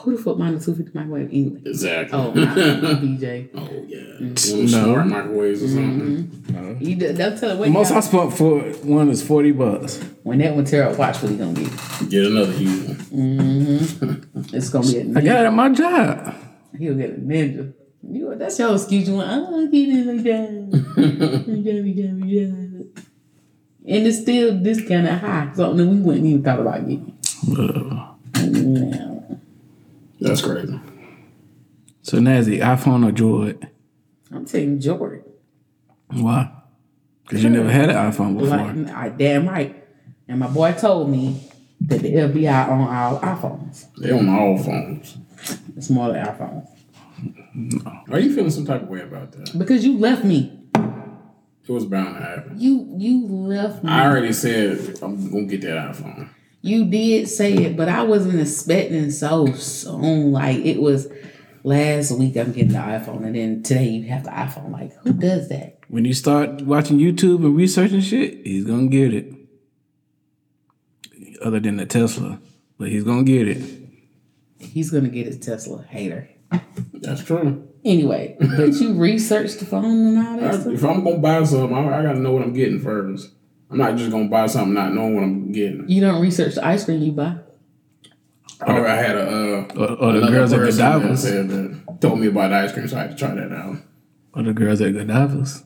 Speaker 1: Who the fuck buying a two fifty microwave anyway?
Speaker 2: Exactly.
Speaker 1: Oh, Mm-hmm. I- BJ.
Speaker 2: Oh, yeah. One of those smart microwaves or
Speaker 1: Mm-hmm.
Speaker 2: something.
Speaker 1: You d- they'll tell you what.
Speaker 3: Most
Speaker 1: y'all-
Speaker 3: I spent for one is forty bucks.
Speaker 1: when that one tear up, watch what he gonna get.
Speaker 2: Get another huge one.
Speaker 1: It's gonna be a
Speaker 3: I got it at my job.
Speaker 1: He'll get a ninja. You, that's your excuse. You want, oh, get in the job. Job, job, job. And it's still this kind of high. Something that we wouldn't even thought about getting. No.
Speaker 2: That's crazy.
Speaker 3: So Nazi, iPhone or Droid?
Speaker 1: I'm telling Jordan.
Speaker 3: Why? Because you never had an iPhone before.
Speaker 1: Like, I damn right. And my boy told me that the FBI on our iPhones.
Speaker 2: They on all phones.
Speaker 1: The smaller iPhones.
Speaker 2: Are you feeling some type of way about that?
Speaker 1: Because you left me.
Speaker 2: It was bound to happen.
Speaker 1: You you left me.
Speaker 2: I already said I'm gonna get that iPhone.
Speaker 1: You did say it, but I wasn't expecting so soon. Like it was last week I'm getting the iPhone and then today you have the iPhone. Like who does that?
Speaker 3: When you start watching YouTube and researching shit, he's gonna get it. Other than the Tesla, but he's gonna get it.
Speaker 1: He's gonna get his Tesla hater.
Speaker 2: That's true.
Speaker 1: Anyway, but you researched the phone and all
Speaker 2: I-
Speaker 1: that stuff.
Speaker 2: if I'm gonna buy something, I, I gotta know what I'm getting first. I'm not just gonna buy something not knowing what I'm getting.
Speaker 1: You don't research the ice cream you buy.
Speaker 2: Or I had a uh,
Speaker 3: Or, or the
Speaker 2: another
Speaker 3: girls at
Speaker 2: person that
Speaker 3: Godivas.
Speaker 2: said that told me about the ice cream, so I had to try that out.
Speaker 3: Or the girls at Godivas.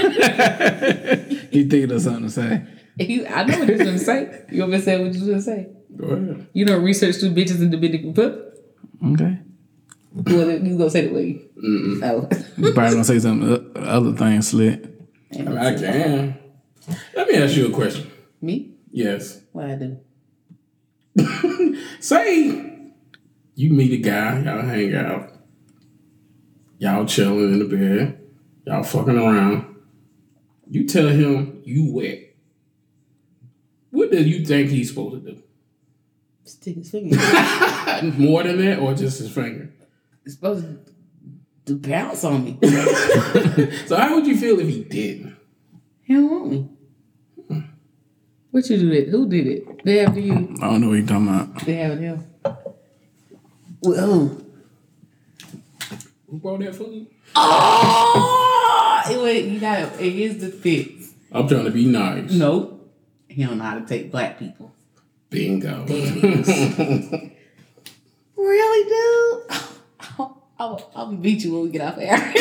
Speaker 3: you think of something to say?
Speaker 1: If you, I know what you're gonna say. You gonna say what you're gonna say.
Speaker 2: Go ahead.
Speaker 1: You don't research two bitches in Dominican Republic.
Speaker 3: Okay.
Speaker 1: You gonna- you gonna say the way? No.
Speaker 3: You probably gonna say something uh, other thing slick.
Speaker 2: I, mean, I can. Let me ask you a question.
Speaker 1: Me?
Speaker 2: Yes.
Speaker 1: What I do?
Speaker 2: Say you meet a guy, y'all hang out, y'all chilling in the bed, y'all fucking around. You tell him you wet. What do you think he's supposed to do?
Speaker 1: Stick his finger.
Speaker 2: More than that, or just his finger?
Speaker 1: It's supposed to, to bounce on me.
Speaker 2: So how would you feel if he didn't?
Speaker 1: He don't want me. What you do it? Who did it? They have you.
Speaker 3: I don't know what you're talking about.
Speaker 1: They have it him. Well,
Speaker 2: brought that food?
Speaker 1: Oh, it was, you got it is the fits.
Speaker 2: I'm trying to be nice.
Speaker 1: Nope, he don't know how to take black people.
Speaker 2: Bingo.
Speaker 1: Really, dude? I'll, I'll, I'll beat you when we get off air.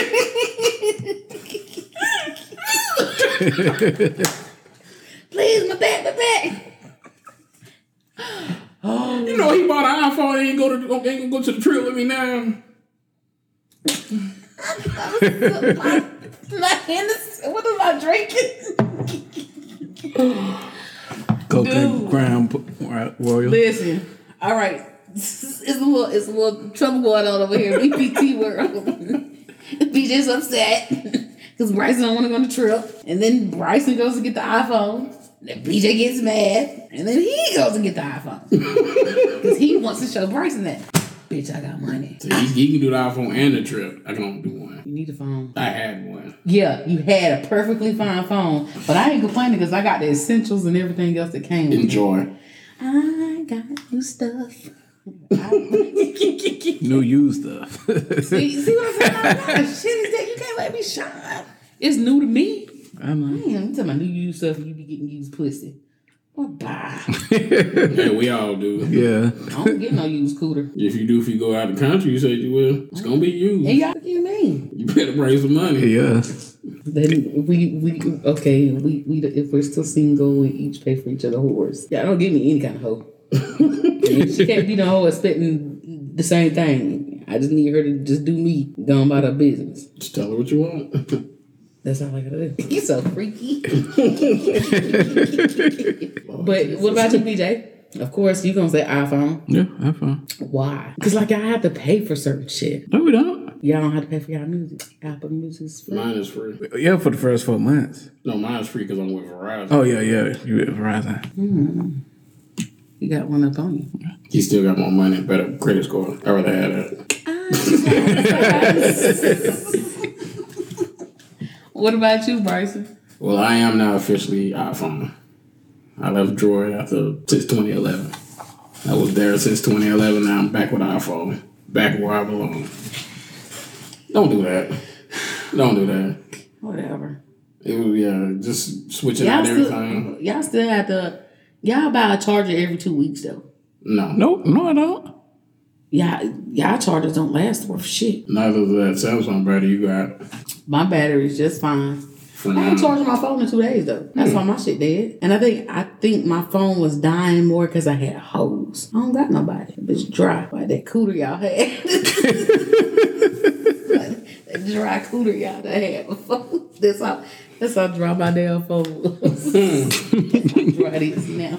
Speaker 1: Please, my back, my back.
Speaker 2: you know he bought an iPhone. Ain't go to ain't gonna go to the trip with me now.
Speaker 1: my, my Hennessy. What am I drinking?
Speaker 4: Cocaine
Speaker 1: Dude.
Speaker 4: Crown p-
Speaker 3: uh,
Speaker 4: Ro- Royal.
Speaker 1: Listen, all right. It's a little, it's a little trouble going on over here. BPT world. BJ's upset because Bryson don't want to go on the trip, and then Bryson goes to get the iPhone. Then BJ gets mad, and then he goes and get the iPhone because he wants to show Bryson that bitch. I got money.
Speaker 2: So he, he can do the iPhone and the trip. I can only do one.
Speaker 1: You need a phone.
Speaker 2: I had one.
Speaker 1: Yeah, you had a perfectly fine phone, but I ain't complaining because I got the essentials and everything else that came with it.
Speaker 2: Enjoy.
Speaker 1: I got new stuff.
Speaker 4: New used stuff.
Speaker 1: See, see what I'm saying? I got shit is that you can't let me shine. It's new to me.
Speaker 4: I know.
Speaker 1: Damn, you talking about new used stuff and you be getting used pussy. Well, bye.
Speaker 2: Yeah, we all do.
Speaker 4: Yeah.
Speaker 1: I don't get no used cooter.
Speaker 2: If you do, if you go out of the country, you said you will. It's gonna be you.
Speaker 1: And y'all, what you mean?
Speaker 2: You better bring some money.
Speaker 4: Yeah.
Speaker 1: Then we, we, okay, we, we, if we're still single, we each pay for each other whores. Y'all don't give me any kind of hoe. she can't be no hoe expecting the same thing. I just need her to just do me, gone about her business.
Speaker 2: Just tell her what you want.
Speaker 1: That's all I gotta do. He's so freaky. but what about you, BJ? Of course, you gonna say iPhone.
Speaker 4: Yeah, that's fine.
Speaker 1: Why? Because, like, y'all have to pay for certain shit.
Speaker 4: No, we don't.
Speaker 1: Y'all don't have to pay for y'all music. Apple Music's free.
Speaker 2: Mine is free.
Speaker 4: Yeah, for the first four months.
Speaker 2: No, mine's free because I'm with Verizon.
Speaker 4: Oh, yeah, yeah. You with Verizon.
Speaker 1: You got one up on you.
Speaker 2: He still got more money, better credit score. I rather had that.
Speaker 1: What about you, Bryson?
Speaker 2: Well, I am now officially iPhone. I left Droid after since 2011. I was there since 2011. Now I'm back with iPhone. Back where I belong. Don't do that. Don't do that.
Speaker 1: Whatever.
Speaker 2: It was, yeah, just switching
Speaker 1: Y'all
Speaker 2: out everything.
Speaker 1: still, y'all still have to, y'all buy a charger every two weeks, though.
Speaker 2: No,
Speaker 4: Nope. No, I don't.
Speaker 1: Y'all, y'all chargers don't last worth shit.
Speaker 2: neither does that Samsung battery you got.
Speaker 1: My battery's just fine.
Speaker 2: For
Speaker 1: I
Speaker 2: now.
Speaker 1: ain't charging my phone in two days though. That's why my shit dead. And I think I think my phone was dying more because I had hoes. I don't got nobody. It's dry. Like that cooter y'all had. that dry cooter y'all done had before. That's how that's how dry my damn phone was. That's how dry it is now.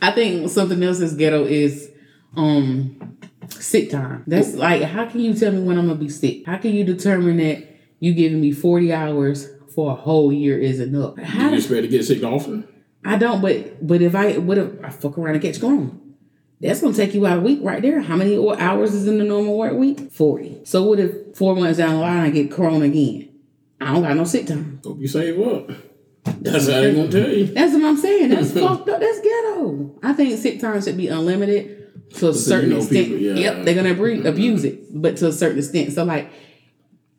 Speaker 1: I think something else that's ghetto is um sick time. That's like, how can you tell me when I'm gonna be sick? How can you determine that you giving me 40 hours for a whole year is enough? How
Speaker 2: you
Speaker 1: do,
Speaker 2: expect to get sick often?
Speaker 1: I don't, but but if I what if I fuck around and catch corona? That's gonna take you out a week right there. How many o- hours is in the normal work week? 40. So what if four months down the line I get corona again? I don't got no sick time.
Speaker 2: Hope you save up. That's how they gonna tell you.
Speaker 1: That's what I'm saying. That's fucked up. That's ghetto. I think sick time should be unlimited to a certain
Speaker 2: know
Speaker 1: extent.
Speaker 2: people, yeah. Mm-hmm.
Speaker 1: Yep, they're gonna abru- abuse it, but to a certain extent. So like,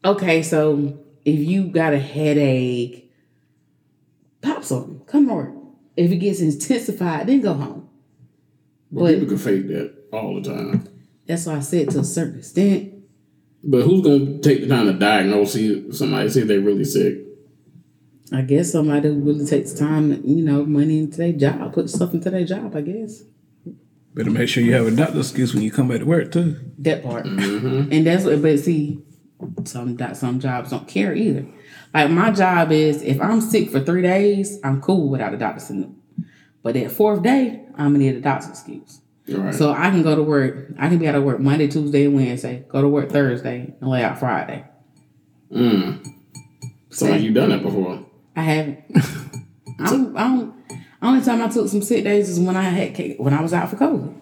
Speaker 1: okay, so if you got a headache, pop something. Come to work. If it gets intensified, then go home.
Speaker 2: But people can fake that all the time.
Speaker 1: That's why I said to a certain extent.
Speaker 2: But who's gonna take the time to diagnose you- somebody see if they really sick?
Speaker 1: I guess somebody who really takes time, you know, money into their job, put stuff into their job. I guess.
Speaker 4: Better make sure you have a doctor's excuse when you come back to work, too.
Speaker 1: That part. And that's what, but see, some do- some jobs don't care either. Like my job is, if I'm sick for three days, I'm cool without a doctor's note. But that fourth day, I'm gonna need a doctor's excuse.
Speaker 2: Right.
Speaker 1: So I can go to work. I can be out of work Monday, Tuesday, Wednesday. Go to work Thursday and lay out Friday.
Speaker 2: so like you done that before.
Speaker 1: I haven't. I don't. I don't only time I took some sick days is when I had ca- when I was out for COVID.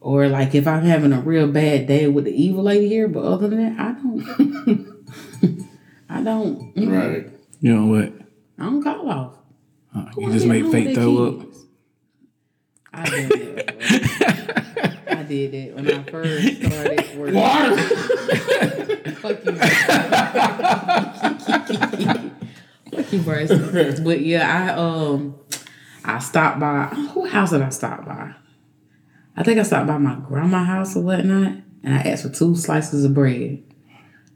Speaker 1: Or like if I'm having a real bad day with the evil lady here, but other than that, I don't. I don't. mm,
Speaker 2: Right.
Speaker 4: You know what?
Speaker 1: I don't call off.
Speaker 4: Uh, you just make fake throw up.
Speaker 1: I did that. bro. I did that when I first started working.
Speaker 2: Water.
Speaker 1: Fuck you. Fuck you, Bryson. But yeah, I um, I stopped by. Who house did I stop by? I think I stopped by my grandma's house or whatnot, and I asked for two slices of bread.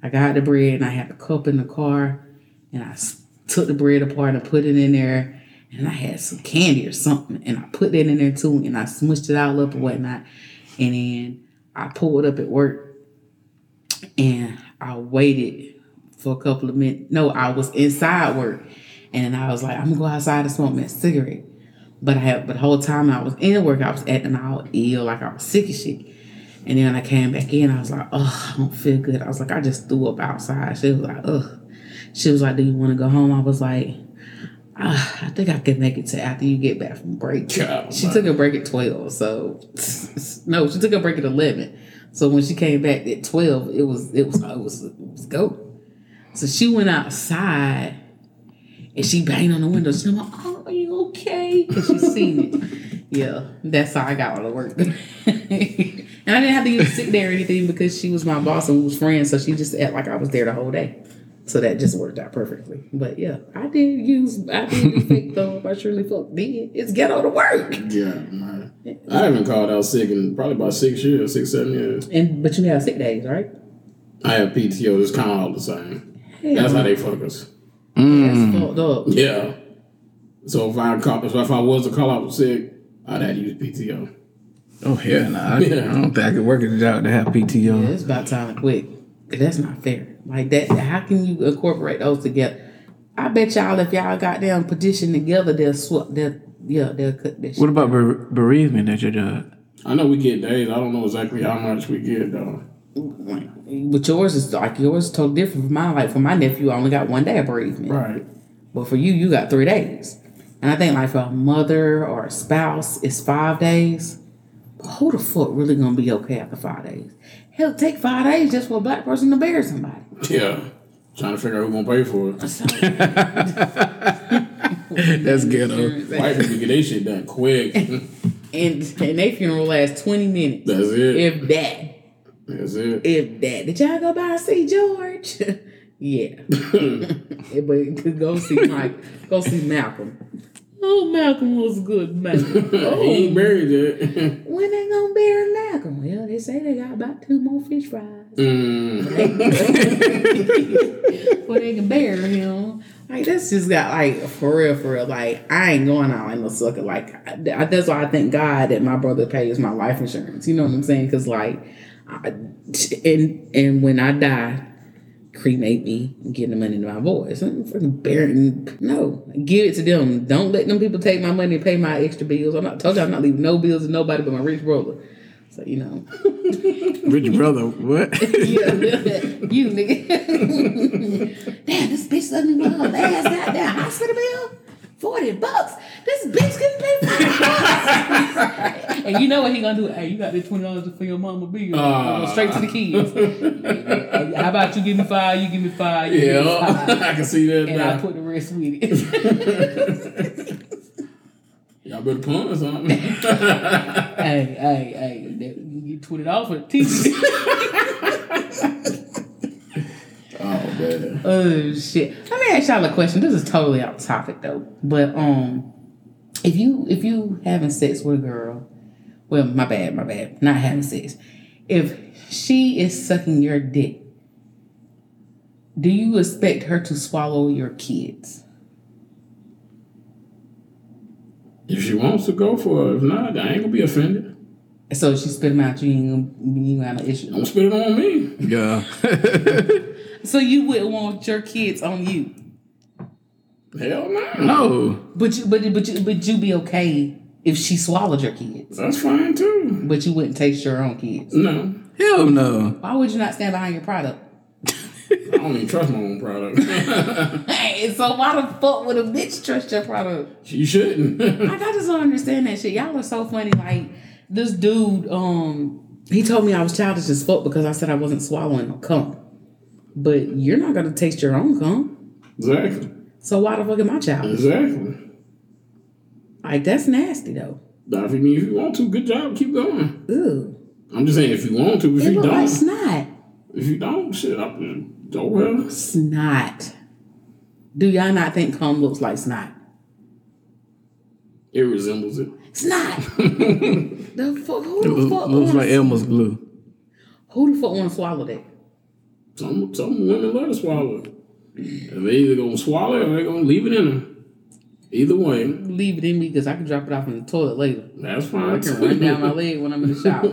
Speaker 1: I got the bread and I had a cup in the car, and I s- took the bread apart and put it in there. And I had some candy or something, and I put that in there too, and I smushed it all up and whatnot. And then I pulled up at work and I waited for a couple of minutes. No, I was inside work, and I was like, I'm gonna go outside and smoke me a cigarette. But I had, but the whole time I was in work, I was acting all ill, like I was sick as shit. And then when I came back in, I was like, oh, I don't feel good. I was like, I just threw up outside. She was like, ugh. She was like, do you want to go home? I was like, ah, I think I can make it to after you get back from break.
Speaker 2: God,
Speaker 1: she took a break at 12. So, no, she took a break at 11. So when she came back at 12, it was, it was, it was, it was go. So she went outside and she banged on the window. She's like, oh, are you okay? Because she seen it. Yeah, that's how I got all the work. and I didn't have to even sit there or anything because she was my boss and we was friends. So she just act like I was there the whole day. So that just worked out perfectly. But yeah, I did use, I did do fake though. I surely fuck did. It's ghetto to work.
Speaker 2: Yeah, man. I haven't called out sick in probably about six years, six, seven years.
Speaker 1: And But you have sick days, right?
Speaker 2: I have PTO. It's kind of all the same. That's how they fuck us.
Speaker 1: That's fucked up.
Speaker 2: Yeah. So if I call, so if I was to call out sick, I'd have to use PTO.
Speaker 4: Oh hell no! I,
Speaker 2: Yeah.
Speaker 4: I don't think I could work at a job to have
Speaker 1: Yeah,
Speaker 4: PTO.
Speaker 1: it's about time to quit. 'Cause That's not fair. Like that, how can you incorporate those together? I bet y'all if y'all got them petition together, they'll swap. They'll yeah, they'll cut that.
Speaker 4: What
Speaker 1: Shit.
Speaker 4: about ber- bereavement at your job?
Speaker 2: I know we get days. I don't know exactly how much we get though.
Speaker 1: But yours is like yours is totally different from mine. Like for my nephew, I only got one day of bereavement.
Speaker 2: Right.
Speaker 1: But for you, you got three days. And I think like for a mother or a spouse, it's five days. But who the fuck really gonna be okay after five days? Hell, take five days just for a black person to bury somebody.
Speaker 2: Yeah. Trying to figure out who's gonna pay for it.
Speaker 1: So,
Speaker 4: That's ghetto.
Speaker 2: White people get their shit done quick.
Speaker 1: and and their funeral lasts twenty minutes.
Speaker 2: That's it.
Speaker 1: If that,
Speaker 2: That's it.
Speaker 1: if that, did y'all go by and see George? yeah, but go see Mike. Go see Malcolm. Oh, Malcolm was a good man.
Speaker 2: he ain't buried yet.
Speaker 1: when they gonna bury Malcolm? Well, they say they got about two more fish fries.
Speaker 2: Mm.
Speaker 1: Before they can bury him. Like that's just got like for real, for real. Like I ain't going out in no sucker. Like I, that's why I thank God that my brother pays my life insurance. You know what I'm saying? Because like, I, and and when I die, cremate me and get the money to my boys. I'm fucking burying. No, give it to them. Don't let them people take my money and pay my extra bills. I'm not told you I'm not leaving no bills to nobody but my rich brother. So you know.
Speaker 4: Rich brother, what?
Speaker 1: Yeah, you nigga. Damn, this bitch let me blow her last goddamn hospital bill. Forty bucks. This bitch couldn't pay forty bucks. and you know what he gonna do? Hey, you got this twenty dollars for your mama bill.
Speaker 2: Ah.
Speaker 1: Go straight to the kids. Hey, How about you give me five? You give me five. You give me
Speaker 2: Yeah,
Speaker 1: five.
Speaker 2: I can see that
Speaker 1: And I
Speaker 2: now.
Speaker 1: put the rest with it.
Speaker 2: Y'all better pun or something.
Speaker 1: hey, hey, hey. that- You get twenty dollars for the teacher.
Speaker 2: oh man.
Speaker 1: Oh shit! Let me ask y'all a question. This is totally off topic though, but um, if you if you having sex with a girl, well, my bad, my bad, not having sex. If she is sucking your dick, do you expect her to swallow your kids?
Speaker 2: If she wants to go for it, if not, I ain't gonna be offended.
Speaker 1: So if she spit them out, you ain't gonna, you ain't gonna have an issue.
Speaker 2: Don't spit it on me.
Speaker 4: yeah.
Speaker 1: So you wouldn't want your kids on you,
Speaker 2: Hell no.
Speaker 4: no.
Speaker 1: but you but but you but you be okay if she swallowed your kids,
Speaker 2: That's fine too.
Speaker 1: but you wouldn't taste your own kids.
Speaker 2: No.
Speaker 4: Hell no.
Speaker 1: Why would you not stand behind your product?
Speaker 2: I don't even trust my own product.
Speaker 1: Hey, so why the fuck would a bitch trust your product?
Speaker 2: you shouldn't.
Speaker 1: Like I just don't understand that shit. Y'all are so funny. Like this dude, um, he told me I was childish as fuck because I said I wasn't swallowing no cum. But you're not gonna taste your own cum.
Speaker 2: exactly.
Speaker 1: So why the fuck am I childish?
Speaker 2: Exactly.
Speaker 1: Like that's nasty though.
Speaker 2: But I mean, if you want to, good job. Keep going.
Speaker 1: Ooh.
Speaker 2: I'm just saying, if you want to, if
Speaker 1: It
Speaker 2: you
Speaker 1: looked
Speaker 2: don't,
Speaker 1: like snot.
Speaker 2: if you don't, shit, I'm just, oh well.
Speaker 1: Snot. Do y'all not think cum looks like snot?
Speaker 2: It resembles it.
Speaker 1: Snot. the fuck? Who the fuck?
Speaker 4: Looks
Speaker 1: wanna-
Speaker 4: like Elmer's glue.
Speaker 1: who the fuck want to swallow that?
Speaker 2: Some some women love to swallow it. And they either gonna swallow it or they gonna leave it in them. Either way,
Speaker 1: Leave it in me because I can drop it off in the toilet later.
Speaker 2: that's
Speaker 1: I
Speaker 2: fine.
Speaker 1: can run down my leg when I'm in the shower.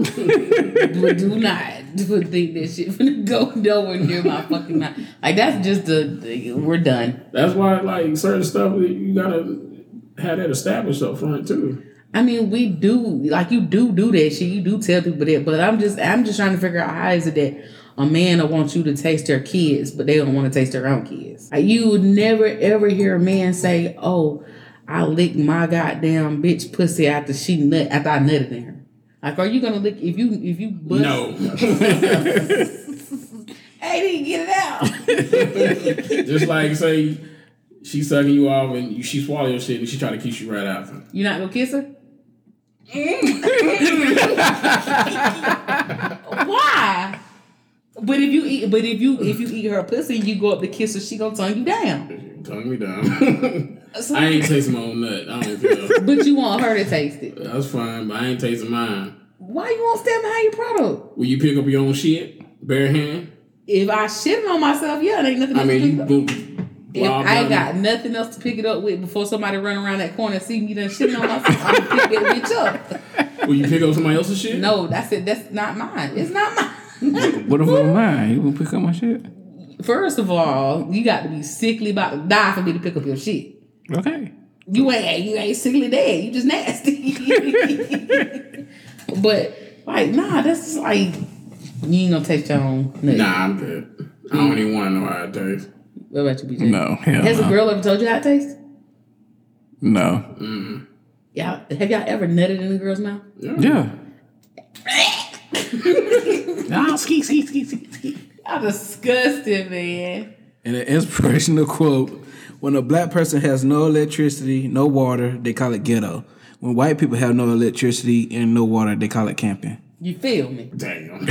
Speaker 1: but do not do- think that shit finna go nowhere near my fucking mouth. Like that's just the, the we're done.
Speaker 2: That's why like certain stuff you gotta have that established up front too.
Speaker 1: I mean, we do like you do do that shit. You do tell people that, but I'm just I'm just trying to figure out how is it that a man will want you to taste their kids, but they don't want to taste their own kids. Like you would never ever hear a man say, "Oh, I licked my goddamn bitch pussy after she nut after I nutted in her." Like, are you gonna lick if you if you bust?
Speaker 2: No,
Speaker 1: Hey, didn't get it out.
Speaker 2: just like say she sucking you off and you, she swallow your shit and she try to kiss you right after.
Speaker 1: You not gonna kiss her? Why? But if you eat, but if you if you eat her pussy, you go up to kiss her. She gonna tongue you down.
Speaker 2: Tongue me down. I ain't tasting my own nut. I don't care.
Speaker 1: But you want her to taste it.
Speaker 2: That's fine, but I ain't tasting mine.
Speaker 1: Why you won't stand behind your product?
Speaker 2: Will you pick up your own shit, bare hand?
Speaker 1: If I shit on myself, yeah, there ain't nothing.
Speaker 2: I
Speaker 1: else to
Speaker 2: mean,
Speaker 1: pick
Speaker 2: you
Speaker 1: up.
Speaker 2: boom.
Speaker 1: If
Speaker 2: Wild
Speaker 1: I
Speaker 2: done.
Speaker 1: got nothing else to pick it up with before somebody run around that corner and see me done shitting on myself, I'm gonna pick that bitch up.
Speaker 2: Will you pick up somebody else's shit?
Speaker 1: No, that's it. That's not mine. It's not mine.
Speaker 4: What if I'm mine? You gonna pick up my shit?
Speaker 1: First of all, you got to be sickly about to die for me to pick up your shit.
Speaker 4: Okay.
Speaker 1: You ain't you ain't sickly dead. You just nasty. but like, nah, that's just like you ain't gonna taste your own. Nut.
Speaker 2: Nah, I'm good. I don't even want to know how it tastes.
Speaker 1: What about you, BJ?
Speaker 4: No. Hell
Speaker 1: Has
Speaker 4: no.
Speaker 1: a girl ever told you how it tastes?
Speaker 4: no.
Speaker 1: Y'all, have y'all ever nutted in a girl's mouth?
Speaker 4: Yeah. Ah, ski, ski, ski, ski, ski.
Speaker 1: Y'all disgusting, man.
Speaker 3: And an inspirational quote When a black person has no electricity, no water, they call it ghetto. When white people have no electricity and no water, they call it camping.
Speaker 1: You feel me?
Speaker 2: Damn.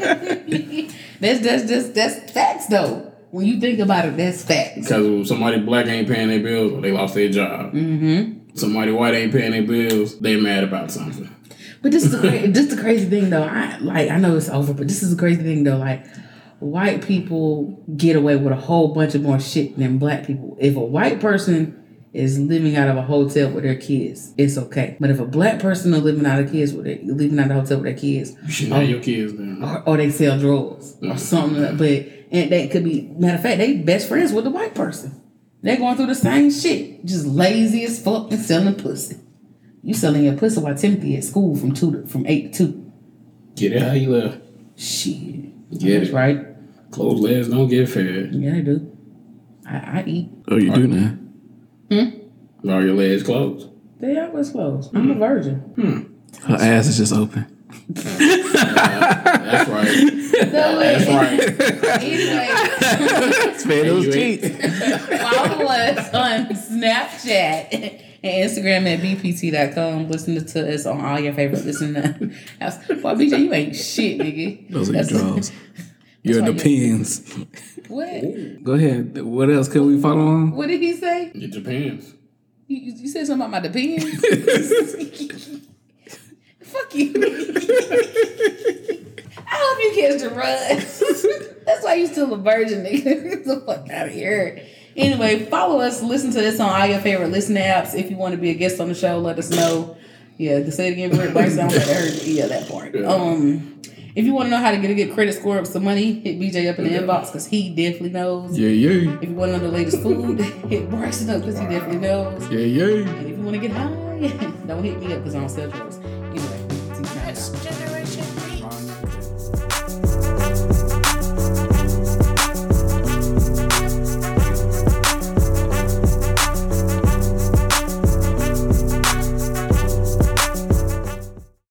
Speaker 1: That's that's just that's facts though. When you think about it, that's facts.
Speaker 2: Because when somebody black ain't paying their bills, or they lost their job. Mm-hmm. Somebody white ain't paying their bills, they mad about something.
Speaker 1: But this is the cra- this the crazy thing though. I like I know it's over, but this is the crazy thing though. Like white people get away with a whole bunch of more shit than black people. If a white person is living out of a hotel with their kids, it's okay. But if a black person is living out of kids with their, living out of a hotel with their kids,
Speaker 2: You should have your kids then.
Speaker 1: or, or they sell drugs or something. Like, but and that could be matter of fact, they best friends with the white person. They're going through the same shit, just lazy as fuck and selling pussy. You selling your pussy while Timothy at school from two to, from eight to two.
Speaker 2: Get it how you live.
Speaker 1: Shit,
Speaker 2: Get
Speaker 1: that's
Speaker 2: it.
Speaker 1: right.
Speaker 2: Closed legs don't get fed.
Speaker 1: Yeah, they do. I, I eat.
Speaker 4: Oh, you do now.
Speaker 2: Are your legs closed?
Speaker 1: They always close. I'm a virgin.
Speaker 4: Her ass is just open.
Speaker 2: That's right.
Speaker 1: So
Speaker 2: That's
Speaker 1: anyway,
Speaker 2: right.
Speaker 1: anyway,
Speaker 4: Spare those
Speaker 2: you
Speaker 4: cheeks.
Speaker 1: follow us on Snapchat and Instagram at bpt.com. Listen to us on all your favorite listening apps. Boy, BJ, you ain't shit, nigga.
Speaker 4: Those are your
Speaker 1: That's-
Speaker 4: draws.
Speaker 3: Your
Speaker 1: why you-
Speaker 3: depends.
Speaker 1: What?
Speaker 4: Go ahead. What else could we follow on?
Speaker 1: What did he say?
Speaker 2: It depends.
Speaker 1: You, you you said something about my depends? Fuck you. I hope you catch the rug. That's why you still a virgin, nigga. Get the fuck out of here. Anyway, follow us. Listen to this on all your favorite listening apps. If you want to be a guest on the show, let us know. Yeah, say it again, Brett Bryce. I don't think I heard yeah, that part. Um, if you want to know how to get a good credit score up some money, hit BJ up in the inbox because he definitely knows.
Speaker 4: Yeah, yeah,
Speaker 1: If you want to know the latest food, hit Bryson up because he definitely knows.
Speaker 4: yeah, yeah.
Speaker 1: And if you want to get high, don't hit me up because I don't sell drugs. Anyway, it's nice.
Speaker 5: Gender